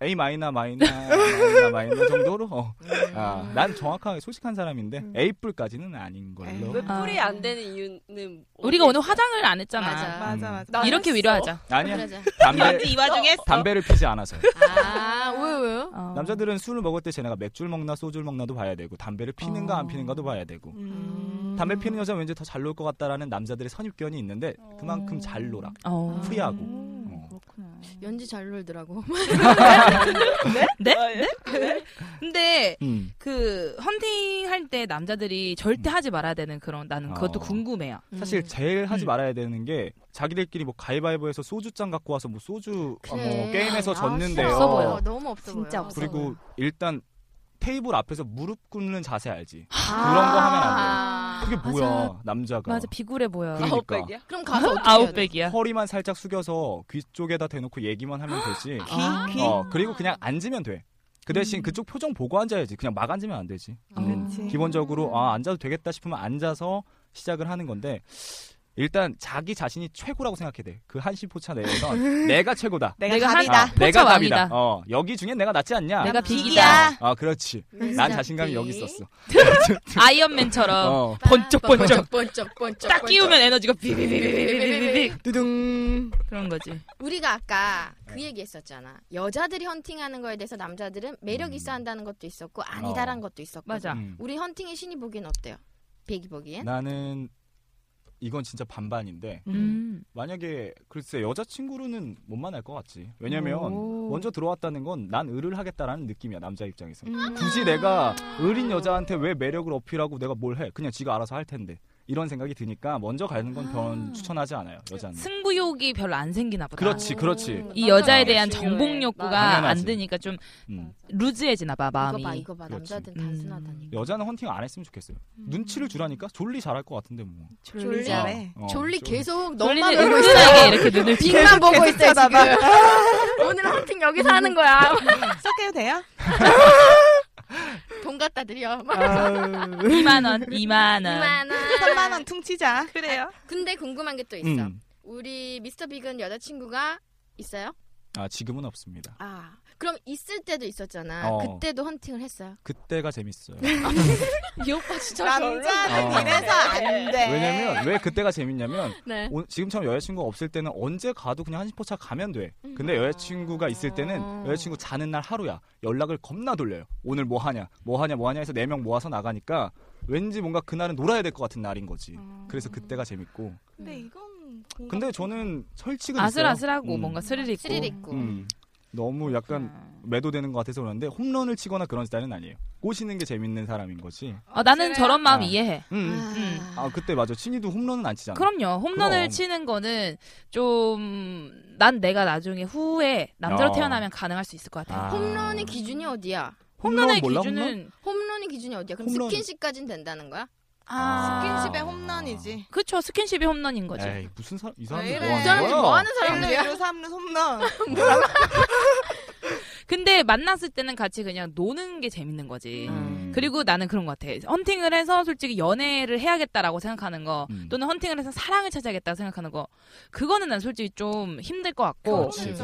S8: A 마이너 마이너 마이너 마이너 정도로. 어. 아, 난 정확하게 솔직한 사람인데 A 뿔까지는 아닌
S3: 예.
S8: 걸로.
S5: 왜
S6: 아.
S5: 뿔이 안 되는 이유는 뭐
S6: 우리가 오늘 화장을 안 했잖아. 음.
S2: 맞아.
S3: 맞아 맞아.
S5: 나-
S6: 이렇게 위로하자.
S8: 아니야.
S2: 그러자.
S8: 담배
S6: 이 와중에
S8: 담배를 피지 않아서.
S2: 아왜 왜요?
S6: 어.
S8: 남자들은 술을 먹을 때 쟤네가 맥주를 먹나 소주를 먹나도 봐야 되고 담배를 피는가 안 피는가도 봐야 되고.
S3: 음.
S8: 담배 피는 여자 는 왠지 더 잘 놀 것 같다라는 남자들의 선입견이 있는데 그만큼 잘 놀아.
S6: 어.
S8: 후회하고.
S6: 음,
S8: 어.
S6: 그렇구나.
S2: 연지 잘 놀더라고.
S6: 네? 네? 근데
S8: 음.
S6: 그 헌팅 할 때 남자들이 절대 하지 말아야 되는 그런 나는 그것도
S8: 어.
S6: 궁금해요.
S8: 사실 제일 하지
S6: 음.
S8: 말아야 되는 게 자기들끼리 뭐 가위바위보해서 소주잔 갖고 와서 뭐 소주 아,
S2: 그래.
S8: 뭐 게임에서
S2: 아,
S8: 졌는데요.
S2: 없어 보여. 너무 없어 보여.
S3: 진짜 없어
S8: 그리고 일단 테이블 앞에서 무릎 꿇는 자세 알지?
S2: 아.
S8: 그런 거 하면 안 그게
S2: 아,
S8: 뭐야
S6: 맞아.
S8: 남자가
S6: 맞아 비굴해 보여.
S8: 그러니까.
S5: 아웃백이야?
S2: 그럼
S6: <laughs>
S2: 가서 어떻게 해야 돼?
S6: 아웃백이야.
S8: 허리만 살짝 숙여서 귀 쪽에다 대놓고 얘기만 하면 되지.
S6: 아.
S3: 귀 귀.
S8: 어 그리고 그냥 앉으면 돼. 그 대신 그쪽 표정 보고 앉아야지. 그냥 막 앉으면 안 되지.
S6: 아,
S8: 음.
S3: 그치.
S8: 기본적으로 아 앉아도 되겠다 싶으면 앉아서 시작을 하는 건데 일단 자기 자신이 최고라고 생각해야 돼. 그 한신포차 내에서 내가 최고다.
S3: 내가,
S6: 내가
S3: 갑이다.
S8: 아, 내가
S6: 포차
S8: 답이다.
S6: 왕이다.
S8: 어 여기 중엔 내가 낫지 않냐.
S6: 내가 비기다.
S3: 비기야.
S8: 아 그렇지. 난 자신감이 여기 있었어.
S6: 아이언맨처럼
S8: 어.
S6: 번쩍번쩍.
S2: 번쩍 번쩍.
S6: 딱 끼우면 에너지가 비비비비비비비
S3: 두둥.
S6: 그런 거지.
S2: 우리가 아까 그 얘기 했었잖아. 여자들이 헌팅하는 거에 대해서 남자들은 매력
S8: 음.
S2: 있어 한다는 것도 있었고 아니다라는 것도 있었고.
S6: 맞아.
S8: 음.
S2: 우리 헌팅의 신이 보기엔 어때요? 베기 보기엔?
S8: 나는 이건 진짜 반반인데
S6: 음.
S8: 만약에 글쎄 여자친구로는 못 만날 것 같지 왜냐면
S6: 오.
S8: 먼저 들어왔다는 건 난 을을 하겠다라는 느낌이야 남자 입장에서 굳이 내가 을인 여자한테 왜 매력을 어필하고 내가 뭘 해 그냥 지가 알아서 할 텐데 이런 생각이 드니까 먼저 가는 건 별 추천하지 않아요 여자는
S6: 음. 승부욕이 별로 안 생기나 보다.
S8: 그렇지 그렇지
S5: 음.
S6: 이 여자에 대한
S5: 중요해.
S6: 정복
S5: 맞아.
S6: 욕구가
S8: 당연하지.
S6: 안 드니까 좀
S8: 음.
S6: 루즈해지나 봐 마음이.
S2: 이거 봐 이거 봐
S8: 그렇지.
S2: 남자들은
S6: 음.
S2: 단순하다니까.
S8: 여자는 헌팅 안 했으면 좋겠어요 눈치를 주라니까 졸리 잘할 것 같은데 뭐
S3: 졸리 잘해.
S8: 어,
S2: 졸리 계속
S6: 졸리는
S2: 너만 보고 있어. <laughs>
S6: <laughs> 은근하게 이렇게 눈을 비.
S2: 빅만 보고 있어 지금. 오늘 헌팅 여기서 하는 <laughs> 거야.
S3: 섞여도 돼요?
S2: 돈 갖다 드려. 뭐
S6: 네.
S8: 아유.
S6: 2만 원, 2만 원.
S2: 2만
S3: 3만
S2: 원.
S3: 원 퉁치자. 그래요.
S2: 근데 궁금한 게 또 있어.
S8: 음.
S2: 우리 미스터 빅은 여자친구가 있어요?
S8: 아 지금은 없습니다
S2: 아 그럼 있을 때도 있었잖아.
S8: 어.
S2: 그때도 헌팅을 했어요.
S8: 그때가 재밌어요 아.
S5: 이 오빠 진짜
S3: 남자는
S8: 어.
S3: 이래서 안 돼.
S8: 왜냐면 왜 그때가 재밌냐면
S2: 네.
S8: 오- 지금처럼 여자친구가 없을 때는 언제 가도 그냥 한신포차 가면 돼.
S6: 음.
S8: 근데 여자친구가 있을
S6: 아.
S8: 때는 여자친구 자는 날 하루야. 연락을 겁나 돌려요. 오늘 뭐 하냐, 뭐 하냐, 뭐 하냐 해서 네 명 모아서 나가니까 왠지 뭔가 그날은 놀아야 될 것 같은 날인 거지. 그래서 그때가 재밌고.
S3: 근데 이건
S8: 근데 저는 철칙은
S6: 아슬아슬하고
S8: 음.
S6: 뭔가 스릴 있고.
S2: 스릴 있고.
S8: 있어요. 음, 너무 약간 매도되는 것 같아서 그러는데 홈런을 치거나 그런 스타일은 아니에요. 꼬시는 게 재밌는 사람인 거지.
S6: 어, 나는 저런 마음
S8: 아.
S6: 이해해.
S8: 음.
S6: 음.
S8: 아 그때 맞아. 친이도 홈런은 안 치잖아.
S6: 그럼요. 홈런을
S8: 그럼.
S6: 치는 거는 좀 난 내가 나중에 후에 남자로
S8: 어.
S6: 태어나면 가능할 수 있을 것 같아.
S8: 아.
S2: 홈런의 기준이 어디야?
S8: 홈런
S6: 홈런의
S8: 몰라,
S6: 기준은
S2: 홈런의 기준이 어디야? 그럼
S8: 홈런.
S2: 스킨십까지는 된다는 거야?
S6: 아.
S3: 스킨십의 홈런이지.
S6: 그쵸 스킨십이 홈런인 거지.
S8: 에이 무슨 사람 이
S3: 왜
S8: 사람들
S3: 이래?
S8: 뭐
S2: 이 사람들
S8: 하는 거야?
S3: <laughs>
S6: <laughs>
S2: 뭐 하는 사람들이야?
S3: 1루 3루 홈런.
S6: 근데 만났을 때는 같이 그냥 노는 게 재밌는 거지.
S8: 음.
S6: 그리고 나는 그런 것 같아. 헌팅을 해서 솔직히 연애를 해야겠다라고 생각하는 거,
S8: 음.
S6: 또는 헌팅을 해서 사랑을 찾아야겠다 생각하는 거, 그거는 난 솔직히 좀 힘들 것 같고.
S8: 그렇지, 그렇지.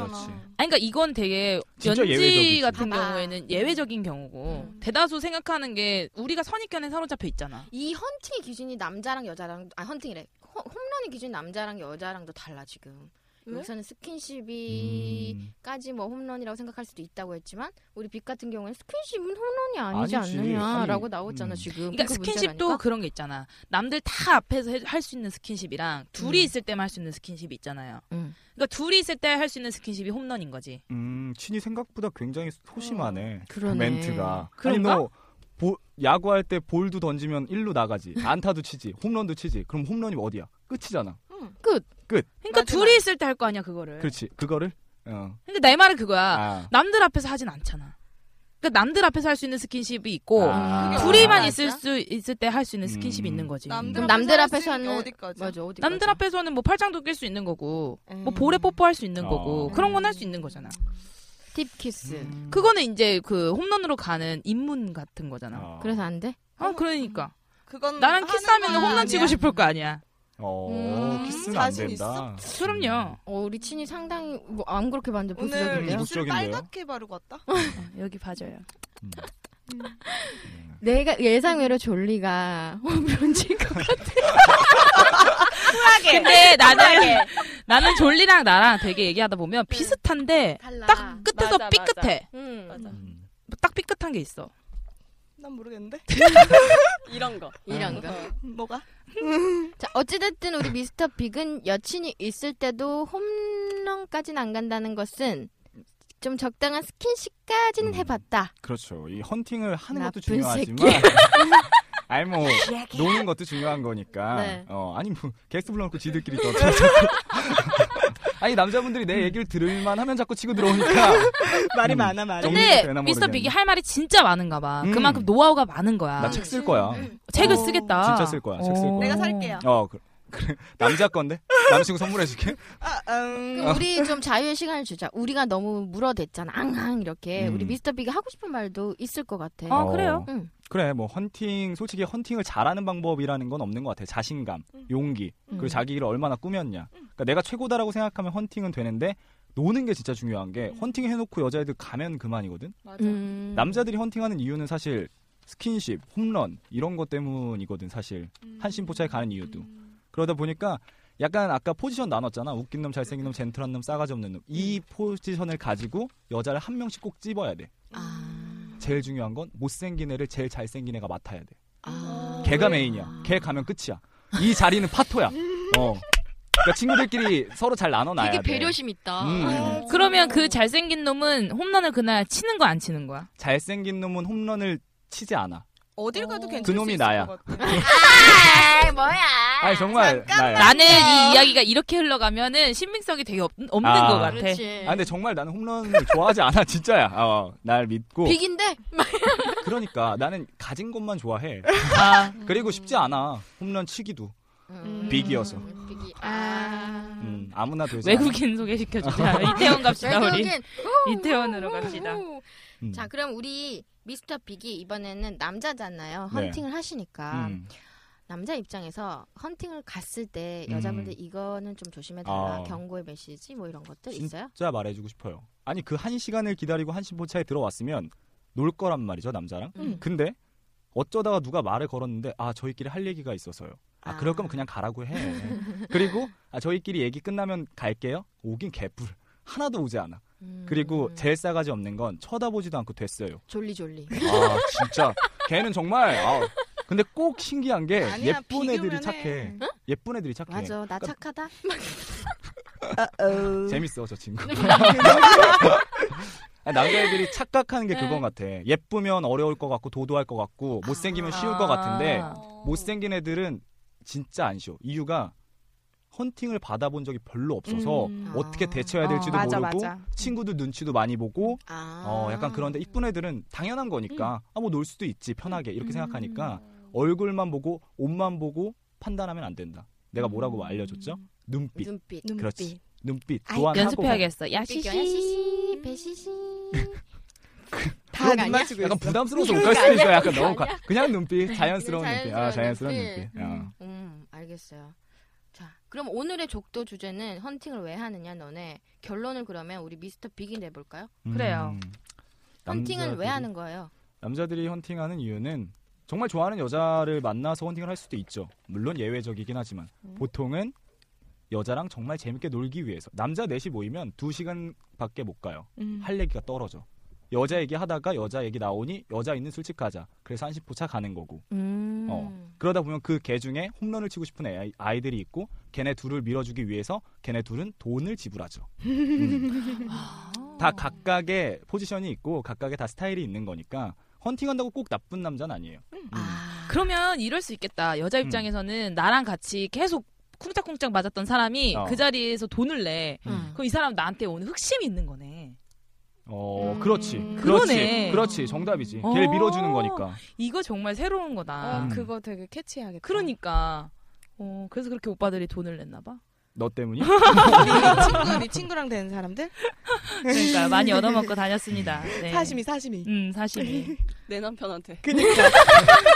S6: 아니, 그러니까 이건 되게
S8: 진짜
S6: 연지
S8: 예외적이지.
S6: 같은 경우에는 예외적인 경우고, 대다수 생각하는 게 우리가 선입견에 사로잡혀 있잖아.
S2: 이 헌팅의 기준이 남자랑 여자랑 아 헌팅이래 호- 홈런의 기준 남자랑 여자랑도 달라 지금
S3: 왜?
S2: 여기서는
S8: 음.
S2: 스킨십이까지 뭐 홈런이라고 생각할 수도 있다고 했지만 우리 빅 같은 경우에는 스킨십은 홈런이 아니지
S8: 아니지.
S2: 않느냐라고
S8: 아니,
S2: 나오잖아
S8: 음.
S2: 지금
S6: 그러니까
S2: 그게 문제라니까?
S6: 스킨십도 그런 게 있잖아. 남들 다 앞에서 할 수 있는 스킨십이랑 둘이 있을 때만 할 수 있는 스킨십이 있잖아요.
S2: 음.
S6: 그러니까 둘이 있을 때 할 수 있는 스킨십이 홈런인 거지.
S8: 음, 친이 생각보다 굉장히 소심하네.
S2: 그러네.
S8: 멘트가.
S6: 그런가?
S8: 아니 너 보- 야구할 때 볼도 던지면 일루 나가지. 안타도 치지. 홈런도 치지. 그럼 홈런이 어디야? 끝이잖아.
S6: 그러니까 둘이 있을 때 할 거 아니야 그거를.
S8: 그렇지. 그거를 어.
S6: 근데 내 말은 그거야.
S8: 아.
S6: 남들 앞에서 하진 않잖아. 그러니까 남들 앞에서 할 수 있는 스킨십이 있고
S8: 아.
S6: 둘이만
S3: 아,
S6: 있을
S3: 진짜?
S6: 수 있을 때 할 수 있는 스킨십이
S8: 음.
S6: 있는 거지.
S2: 그럼
S3: 남들
S2: 남들
S3: 앞에서는
S2: 앞에서는-
S3: 어디까지?
S2: 맞아 어디
S6: 남들 앞에서는 뭐 팔짱도 낄 수 있는 거고 뭐
S2: 음.
S6: 볼에 뽀뽀할 수 있는
S8: 아.
S6: 거고 그런 건 할 수 있는 거잖아.
S3: 음.
S2: 딥키스
S8: 음.
S6: 그거는 이제 그 홈런으로 가는 입문 같은 거잖아.
S8: 어.
S2: 그래서 안 돼?
S6: 아 그러니까
S3: 그건
S6: 나랑 키스하면
S3: 음, 하는 거
S6: 홈런 치고
S3: 아니야?
S6: 싶을 거 아니야.
S8: 어,
S3: 음,
S8: 키스는 안
S3: 자신
S8: 된다.
S6: 그럼요.
S2: 어, 우리 친이 상당히 뭐, 안 그렇게 봤는데
S3: 오늘
S2: 보수적인데요?
S3: 입술
S8: 무적인데요?
S3: 빨갛게 바르고 왔다.
S6: 여기 봐줘요.
S8: 음.
S2: 내가 예상외로 졸리가 홈런 친것 같아
S3: <laughs>
S6: 근데 나는 <laughs> 나는 졸리랑 나랑 되게 얘기하다
S3: 음.
S6: 보면 비슷한데
S2: 달라
S6: 딱 끝에서
S5: 맞아, 맞아.
S6: 삐끗해.
S5: 음,
S3: 맞아.
S8: 음.
S6: 딱 삐끗한 게 있어.
S3: 난 모르겠는데.
S5: 이런 거.
S8: 아.
S2: 이런 거
S3: 뭐가?
S2: 자, 어찌됐든 우리 미스터 빅은 여친이 있을 때도 홈런까지는 안 간다는 것은 좀 적당한 스킨십까지는
S8: 음.
S2: 해봤다.
S8: 그렇죠. 이 헌팅을 하는 것도
S2: 나쁜
S8: 중요하지만 <laughs> 아니 뭐 노는 것도 중요한 거니까.
S2: 네.
S8: 어, 아니 뭐 게스트 불러놓고 <laughs> 지들끼리 또 아니 남자분들이 내 얘기를 들을만 하면 자꾸 치고 들어오니까
S3: 말이
S8: 음.
S3: 많아 말이.
S8: 정리-
S6: 근데
S8: 되나
S6: 미스터
S8: 모르겠네.
S6: 빅이 할 말이 진짜 많은가 봐.
S8: 음.
S6: 그만큼 노하우가 많은
S2: 아.
S6: 거야.
S8: 나 책 쓸 거야.
S6: 책을
S3: 어.
S6: 쓰겠다.
S8: 진짜 쓸 거야. 책쓸 거야.
S3: 내가 살게요.
S8: 어 그, 그래 남자 건데 남친구 선물해줄게.
S3: 아,
S2: 그럼
S3: 음.
S2: 우리 좀 자유의 시간을 주자. 우리가 너무 물어댔잖아. 앙앙 이렇게.
S8: 음.
S2: 우리 미스터 빅이 하고 싶은 말도 있을 것 같아.
S6: 어, 그래요?
S2: 응.
S8: 그래 뭐 헌팅 솔직히 헌팅을 잘하는 방법이라는 건 없는 것 같아. 자신감, 용기 그리고
S2: 음.
S8: 자기를 얼마나 꾸몄냐. 그러니까 내가 최고다라고 생각하면 헌팅은 되는데 노는 게 진짜 중요한 게 헌팅 해놓고 여자애들 가면 그만이거든.
S2: 음.
S8: 남자들이 헌팅하는 이유는 사실 스킨십, 홈런 이런 것 때문이거든 사실 한심포차에 가는 이유도 그러다 보니까 약간 아까 포지션 나눴잖아 웃긴 놈 잘생긴 놈 젠틀한 놈 싸가지 없는 놈 이 포지션을 가지고 여자를 한 명씩 꼭 찝어야 돼
S2: 아.
S8: 제일 중요한 건 못생긴 애를 제일 잘생긴 애가 맡아야 돼
S2: 아.
S8: 걔가 메인이야 걔 가면 끝이야 이 자리는 파토야 어 그러니까 친구들끼리 서로 잘 나눠놔야
S11: 되게
S8: 돼
S11: 배려심 있다.
S8: 음, 음.
S6: 그러면 그 잘생긴 놈은 홈런을 그날 치는 거 안 치는 거야?
S8: 잘생긴 놈은 홈런을 치지 않아
S3: 어딜 가도 괜찮을
S8: 그놈이
S3: 수 있을
S8: 나야.
S3: 것 같아.
S11: 아, 뭐야.
S8: 아니 정말 나야
S6: 나는 이 이야기가 이렇게 흘러가면은 신빙성이 되게 없, 는것 같아.
S11: 그렇지.
S8: 아 근데 정말 나는 홈런을 좋아하지 <laughs> 않아 진짜야. 어, 날 믿고
S11: 빅인데
S8: 그러니까 나는 가진 것만 좋아해.
S6: 아,
S8: 그리고 쉽지 않아 홈런 치기도
S2: 음.
S8: 빅이어서
S11: 빅이
S2: 아.
S8: 음, 아무나 되지. 않아. <laughs>
S6: 외국인 소개시켜주자. 이태원 갑시다 우리.
S2: 외국인.
S6: <laughs> 이태원으로 갑시다.
S2: 오.
S8: 음.
S2: 자, 그럼 우리 미스터 빅이 이번에는 남자잖아요.
S8: 네.
S2: 헌팅을 하시니까.
S8: 음.
S2: 남자 입장에서 헌팅을 갔을 때 여자분들
S8: 음.
S2: 이거는 좀 조심해달라
S8: 아.
S2: 경고의 메시지 뭐 이런 것들 있어요?
S8: 진짜 말해주고 싶어요. 아니 그 한 시간을 기다리고 한신포차에 들어왔으면 놀 거란 말이죠 남자랑.
S2: 음.
S8: 근데 어쩌다가 누가 말을 걸었는데 아 저희끼리 할 얘기가 있어서요. 아,
S2: 아.
S8: 그럴 거면 그냥 가라고 해. 그리고 아 저희끼리 얘기 끝나면 갈게요. 오긴 개뿔 하나도 오지 않아.
S2: 음.
S8: 그리고 제일 싸가지 없는 건 쳐다보지도 않고 됐어요.
S2: 졸리 졸리.
S8: 아 진짜 걔는 정말 아 근데 꼭 신기한 게
S3: 아니야,
S8: 예쁜 애들이
S3: 비교면은-
S8: 착해 예쁜 애들이 착해
S2: 맞아, 나 착하다.
S8: 재밌어 저
S2: <laughs>
S8: 친구 아니, 남자애들이 착각하는
S2: 네.
S8: 게 그건 같아 예쁘면 어려울 것 같고 도도할 것 같고 못생기면
S2: 아.
S8: 쉬울 것 같은데 못생긴 애들은 진짜 안 쉬워 이유가 헌팅을 받아본 적이 별로 없어서
S2: 음.
S8: 어떻게
S2: 아.
S8: 대처해야
S12: 어,
S8: 될지도
S12: 맞아,
S8: 모르고
S12: 맞아.
S8: 친구들 눈치도 많이 보고
S2: 아.
S8: 어, 약간 그런데 이쁜 애들은 당연한 거니까 아 뭐 놀 수도 있지 편하게 이렇게
S2: 음.
S8: 생각하니까 얼굴만 보고 옷만 보고 판단하면 안 된다. 내가 뭐라고
S2: 음.
S8: 알려줬죠? 눈빛,
S2: 눈빛.
S8: 그렇지. 눈빛
S2: 아이,
S8: 교환하고
S6: 연습해야겠어.
S2: 야시시
S6: 야시시.
S2: 배시시
S8: <laughs> 그런
S2: 아니야?
S8: 눈만 치고 약간 부담스러워서
S2: 그거
S8: 못갈 수도
S2: 아니야?
S8: 있어. 약간
S2: 그거
S8: 너무 과-
S2: 아니야?
S8: 그냥 눈빛, 자연스러운
S2: 그냥
S8: 눈빛, 아 자연스러운
S2: 눈빛.
S8: 눈빛. 어.
S2: 음, 알겠어요. 자, 그럼 오늘의 족도 주제는 헌팅을 왜 하느냐 너네 결론을 그러면 우리 미스터 빅이 내볼까요?
S13: 그래요.
S8: 음.
S2: 헌팅은 왜
S8: 남자들이-
S2: 하는 거예요?
S8: 남자들이 헌팅하는 이유는 정말 좋아하는 여자를 만나서 헌팅을 할 수도 있죠. 물론 예외적이긴 하지만
S2: 음.
S8: 보통은 여자랑 정말 재밌게 놀기 위해서 남자 넷이 모이면 두 시간밖에 못 가요.
S2: 음.
S3: 음.
S8: 할 얘기가 떨어져. 여자 얘기 하다가 여자 얘기 나오니 여자 있는 술집 가자. 그래서 한시 포차 가는 거고.
S2: 음.
S8: 어. 그러다 보면 그 개 중에 홈런을 치고 싶은 애- 아이들이 있고 걔네 둘을 밀어주기 위해서 걔네 둘은 돈을 지불하죠. 음. 다 각각의 포지션이 있고 각각의 다 스타일이 있는 거니까 헌팅한다고 꼭 나쁜 남자는 아니에요.
S13: 그러면 이럴 수 있겠다. 여자
S8: 음.
S13: 입장에서는 나랑 같이 계속 쿵짝쿵짝 맞았던 사람이
S8: 어.
S13: 그 자리에서 돈을 내.
S8: 음.
S13: 그럼 이 사람 나한테 오는 흑심이 있는 거네.
S8: 어, 그렇지.
S13: 그러네.
S8: 그렇지. 그렇지. 정답이지. 걔를
S13: 어.
S8: 밀어주는 거니까.
S13: 이거 정말 새로운 거다.
S8: 음.
S3: 어, 그거 되게 캐치하게. <laughs>
S13: 그러니까. 어, 그래서 그렇게 오빠들이 돈을 냈나 봐.
S8: 너 때문이?
S3: 친구, 네 친구랑 되는 사람들?
S13: 그러니까 많이 얻어먹고 다녔습니다. 네.
S3: 사심이 사심이.
S13: 음, 사심이.
S5: 내 남편한테.
S3: 그니까.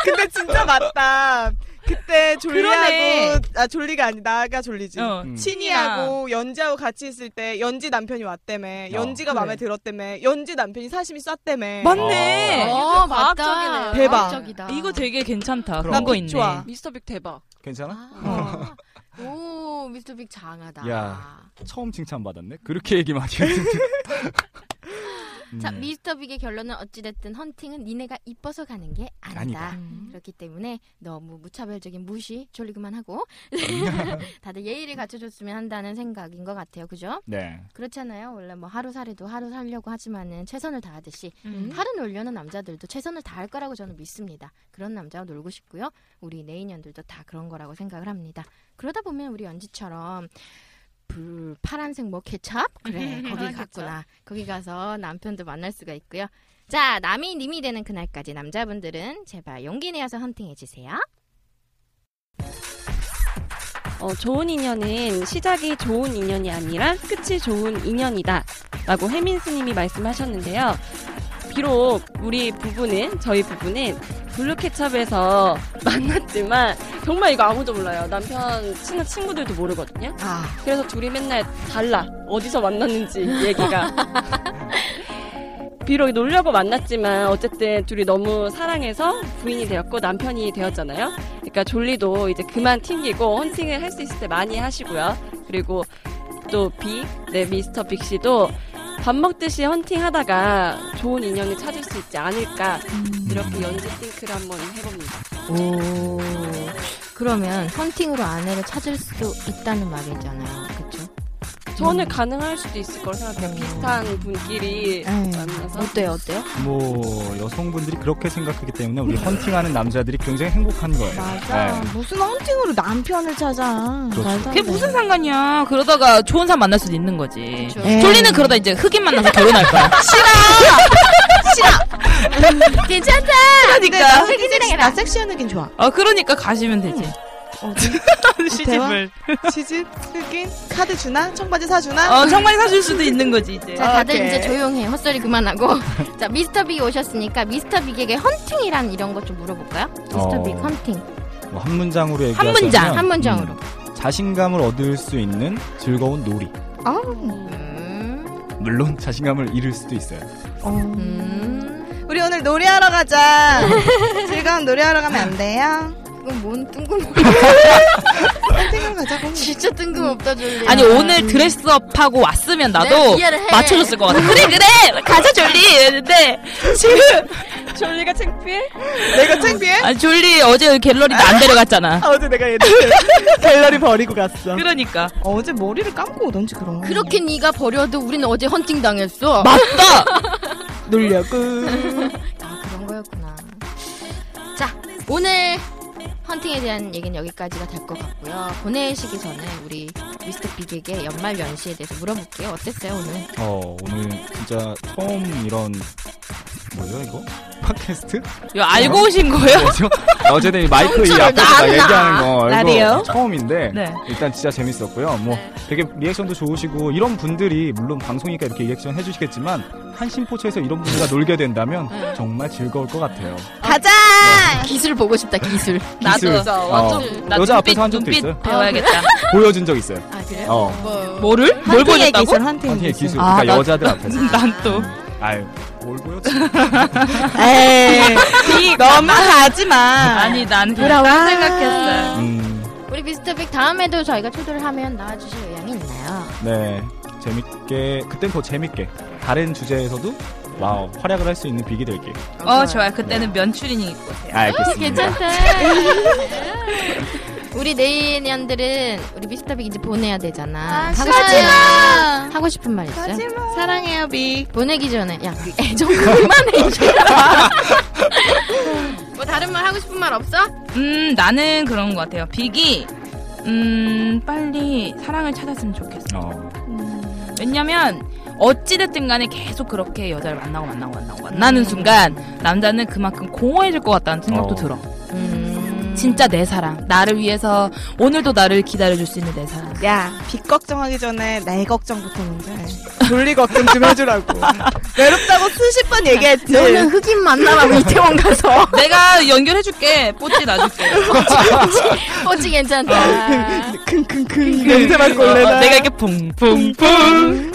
S3: 근데 진짜 맞다. 그때 졸리하고
S13: 그러네.
S3: 아 졸리가 아니 나가 졸리지.
S13: 어,
S8: 음.
S3: 친이하고 연지하고 같이 있을 때 연지 남편이 왔다며 연지가
S13: 그래.
S3: 마음에 들었다며 연지 남편이 사심이 쐈다며
S13: 맞네.
S2: 어, 맞다.
S5: 과학적이네요.
S3: 대박.
S2: 과학적이다.
S13: 이거 되게 괜찮다.
S8: 그럼.
S13: 그런 거
S3: 난
S13: 있네.
S3: 좋아.
S5: 미스터 빅 대박.
S8: 괜찮아?
S2: 아. 오, 미스터 빅 장하다.
S8: 야. 처음 칭찬받았네. 그렇게 얘기 많이 했는데. 음.
S2: 자, 미스터 빅의 결론은 어찌됐든 헌팅은 니네가 이뻐서 가는 게 아니다.
S8: 아니다.
S2: 그렇기 때문에 너무 무차별적인 무시
S8: <laughs>
S2: 졸리기만 하고 <laughs> 다들 예의를 갖춰줬으면 한다는 생각인 것 같아요. 그죠?
S8: 네.
S2: 그렇잖아요. 원래 뭐 하루 살이도 하루 살려고 하지만은 최선을 다하듯이
S13: 음.
S2: 하루 놀려는 남자들도 최선을 다할 거라고 저는 믿습니다. 그런 남자와 놀고 싶고요. 우리 내인연들도 다 그런 거라고 생각을 합니다. 그러다 보면 우리 연지처럼 불 파란색 뭐 케찹 그래 거기 갔구나 거기 가서 남편도 만날 수가 있고요. 자 남이 님이 되는 그날까지 남자분들은 제발 용기 내어서 헌팅해 주세요.
S5: 어, 좋은 인연은 시작이 좋은 인연이 아니라 끝이 좋은 인연이다. 라고 혜민 스님이 말씀하셨는데요. 비록 우리 부부는, 저희 부부는 블루케첩에서 <laughs> 만났지만 정말 이거 아무도 몰라요. 남편 친한 친구들도 모르거든요.
S2: 아
S5: 그래서 둘이 맨날 달라. 어디서 만났는지
S2: <laughs>
S5: 얘기가. 비록 놀려고 만났지만 어쨌든 둘이 너무 사랑해서 부인이 되었고 남편이 되었잖아요. 그러니까 졸리도 이제 그만 튕기고 헌팅을 할 수 있을 때 많이 하시고요. 그리고 또 빅, 네 미스터 빅 씨도 밥 먹듯이 헌팅하다가 좋은 인연을 찾을 수 있지 않을까 이렇게 연지 띵크를 한번 해봅니다.
S2: 오. 그러면 헌팅으로 아내를 찾을 수도 있다는 말이잖아요. 그렇죠?
S5: 저는 가능할 수도 있을 거라 생각해요. 비슷한 분끼리
S2: 에이, 음.
S5: 만나서
S2: 네. 어때요? 어때요?
S8: 뭐 여성분들이 그렇게 생각하기 때문에 우리 헌팅하는 남자들이 굉장히 행복한 거예요.
S3: 맞아.
S8: 네.
S3: 무슨 헌팅으로 남편을 찾아.
S8: 그렇죠.
S3: 말도 안
S13: 그게
S3: 돼.
S13: 무슨 상관이야. 그러다가 좋은 사람 만날 수도 있는 거지.
S2: 그쵸.
S13: 졸리는 그러다 이제 흑인 만나서 결혼할 거야. <laughs>
S2: 괜찮다.
S3: 근데 그러니까 나 섹시- 나 섹시한 흑인 좋아.
S13: 아, 그러니까 가시면 되지. 어, 시집을.
S3: 치즈 흑인 카드 주나 청바지 사 주나.
S13: 어, 정말 사줄 수도 있는 거지, 이제.
S2: 자, 다들
S3: 오케이.
S2: 이제 조용해. 헛소리 그만하고. <laughs> 자, 미스터 빅 오셨으니까 미스터 빅에게 헌팅이란 이런 것 좀 물어볼까요? 미스터
S8: 어.
S2: 빅 헌팅.
S8: 뭐 한 문장으로 얘기하자면
S13: 문장,
S2: 한 문장으로.
S8: 음, 자신감을 얻을 수 있는 즐거운 놀이.
S2: 음.
S8: 물론 자신감을 잃을 수도 있어요.
S2: 음.
S3: 우리 오늘 놀이하러 <laughs> 가자. 즐거운 놀이하러 가면 안 돼요?
S2: 이건 뭔 뜬금
S3: 헌팅을
S2: <laughs>
S3: 가자고.
S2: 진짜 뜬금없다 졸리.
S13: 아니, 오늘 드레스업하고 왔으면 나도
S2: 이해를 해.
S13: 맞춰줬을 것 같아. 그래, 그래! 가자, 졸리! 이랬는데, 지금.
S5: 졸리가 창피해?
S3: 내가 창피해?
S13: 아니, 졸리 어제 갤러리 안 데려갔잖아.
S14: 어제 내가 얘들 <laughs> 갤러리 버리고 갔어.
S13: 그러니까.
S3: 어제 머리를 감고 오던지 그럼.
S2: 그렇게 네가 버려도 우리는 어제 헌팅 당했어.
S14: 놀려고.
S2: 아 그런 거였구나. 자 오늘 헌팅에 대한 얘기는 여기까지가 될 것 같고요. 보내시기 전에 우리 미스터 빅에게 연말 연시에 대해서 물어볼게요. 어땠어요 오늘?
S8: 어, 오늘 진짜 처음 이런 뭐예요 이거? 팟캐스트?
S6: 이거 알고 오신 거예요?
S8: 뭐죠? 어제는 이 마이크 이
S6: 성추를
S8: 앞에서 막
S6: 낳았나?
S8: 얘기하는 거
S6: 라디오?
S8: 이거 처음인데
S6: 네.
S8: 일단 진짜 재밌었고요. 뭐 되게 리액션도 좋으시고 이런 분들이 물론 방송이니까 이렇게 리액션 해주시겠지만 한신포체에서 이런 분들과 놀게 된다면
S6: 네.
S8: 정말 즐거울 것 같아요.
S15: 가자!
S2: 아,
S15: 기술 보고 싶다, 기술.
S8: 기술. 어, 여자 앞에서 한 적도 있어요. 아, <laughs>
S15: 배워야겠다.
S8: 보여준 적 있어요.
S15: 아, 그래요?
S8: 어.
S6: 뭐를? 뭘 보여줬다고?
S8: 한팅의 기술.
S6: 아,
S8: 그러니까
S6: 나-
S8: 여자들
S6: 나-
S8: 앞에서.
S6: 난
S8: <laughs>
S6: 또.
S8: 아유, 뭘 보여줘?
S3: 에이, 너무 가지 마.
S6: 아니, 난
S15: 돌아와.
S6: 그렇다고 생각했어요.
S8: 음,
S2: 우리 미스터빅 다음에도 저희가 초대를 하면 나와주실 의향이 있나요?
S8: 네. 재밌게, 그땐 더 재밌게. 다른 주제에서도 와우, 활약을 할 수 있는 빅이 될게. 아,
S6: 어, 좋아요.
S8: 네.
S6: 그때는 면추리닝 입고 오세요.
S8: 알겠습니다.
S2: 괜찮다. <laughs> 우리 내년들은 우리 미스터빅 이제 보내야 되잖아.
S15: 아,
S2: 하고
S15: 가지
S2: 싶은-
S15: 마.
S2: 하고 싶은 말 있어요?
S15: 사랑해요, 빅.
S2: 보내기 전에 야, 그
S6: <laughs>
S2: 애정 그만해 이제.
S15: 뭐 다른 말 하고 싶은 말 없어?
S6: 음, 나는 그런 것 같아요. 빅이, 음, 빨리 사랑을 찾았으면 좋겠어.
S8: 어.
S6: 왜냐면, 어찌됐든 간에 계속 그렇게 여자를 만나고 만나고 만나고 만나는 순간, 남자는 그만큼 공허해질 것 같다는 생각도
S8: 어.
S6: 들어. 진짜 내 사랑. 나를 위해서, 오늘도 나를 기다려줄 수 있는 내 사랑.
S8: 그러니까
S3: 야, 빚 걱정하기 전에 내 걱정부터 먼저 해.
S16: 돌리 걱정 좀 해주라고.
S8: 그
S3: 외롭다고 수십 번 얘기했지.
S15: 너는 흑인 만나라고 이태원 가서.
S6: 내가 연결해줄게. 뽀찌 놔줄게.
S2: 뽀찌
S6: 어,
S2: 괜찮다.
S16: 킁킁킁 냄새만 꼴레나.
S6: 내가 이렇게 퐁퐁퐁.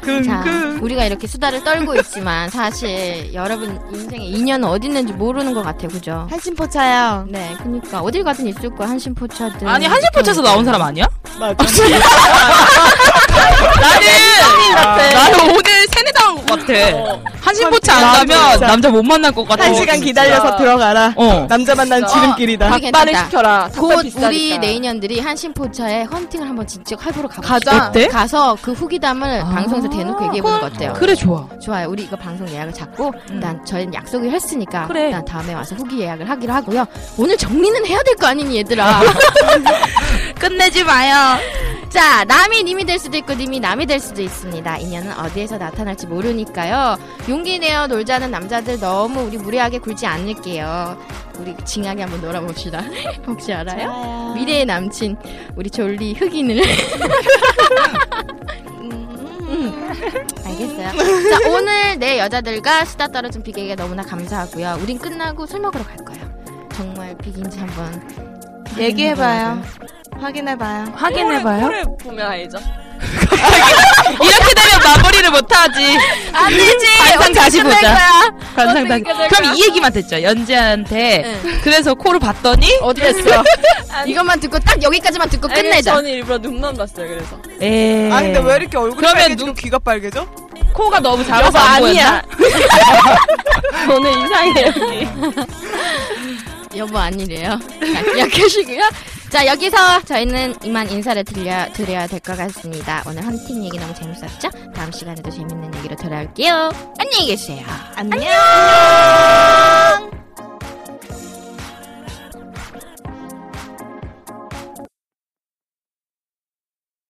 S6: 그,
S2: 자,
S6: 끙끙끙.
S2: 우리가 이렇게 수다를 떨고 있지만 사실 여러분 인생에 인연은 어디 있는지 모르는 것 같아요, 그죠?
S3: 한신포차요.
S2: 네, 그니까 어딜 가든 있을 거야 한신포차든.
S6: 아니, 한신포차에서 나온 사람 아니야? <laughs>
S16: 맞아.
S6: 나는 나는 오늘 새내당 같아. 한신포차 안 가면
S3: 진짜.
S6: 남자 못 만날 것 같아.
S3: 한 시간 기다려서 들어가라.
S6: 어.
S3: 남자 만난
S17: 아,
S3: 지름길이다.
S2: 우리 괜찮다.
S17: 시켜라.
S2: 곧 우리 내인연들이 한신포차에 헌팅을 한번 진짜 할부로 가보자.
S6: 가자. 어때?
S2: 가서 그 후기담을 방송에서 대놓고 얘기해보는 거 어때요?
S6: 그래 좋아.
S2: 좋아요. 우리 이거 방송 예약을 잡고 일단 저희는 약속을 했으니까
S6: 그래.
S2: 일단 다음에 와서 후기 예약을 하기로 하고요. 오늘 정리는 해야 될 거 아니니
S6: <laughs>
S2: 얘들아.
S6: 끝내지 마요.
S2: 자, 남이 님이 될 수도 있고 님이 남이 될 수도 있습니다. 인연은 어디에서 나타날지 모르니까요. 용기 내어 놀자는 남자들 너무 우리 무례하게 굴지 않을게요. 우리 징하게 한번 놀아봅시다. <laughs> 혹시 알아요? 미래의 남친 우리 졸리 흑인을 음, 알겠어요. 자 오늘 내 여자들과 수다 떨어준 빅에게 너무나 감사하고요. 우린 끝나고 술 먹으러 갈 거예요. 정말 빅인지 한번
S3: 얘기해봐요. 네. 확인해봐요.
S6: 확인해봐요.
S5: 코를 보면 알죠.
S6: 이렇게 되면 마무리를 못하지. 안 되지. 관상 다시 보자. 관상 다시. 그럼 이 얘기만 듣죠. 연지한테. 그래서 코를 봤더니
S2: <laughs> 어땠어? 이것만 듣고 딱 여기까지만 듣고
S5: 아니,
S2: 끝내자.
S5: 저는 일부러 눈만 봤어요. 그래서
S6: 에이.
S17: 아니 근데 왜 이렇게 얼굴이
S6: 그러면
S17: 빨개지고 귀가 빨개져?
S6: 코가 너무 작아서 안 보였나? <laughs>
S5: 저는 이상해요. 여기.
S2: 여보 아니래요. 자, 기억하시고요. 자, 여기서 저희는 이만 인사를 들려, 드려야 될 것 같습니다. 오늘 헌팅 얘기 너무 재밌었죠? 다음 시간에도 재밌는 얘기로 돌아올게요. 안녕히 계세요.
S3: 안녕.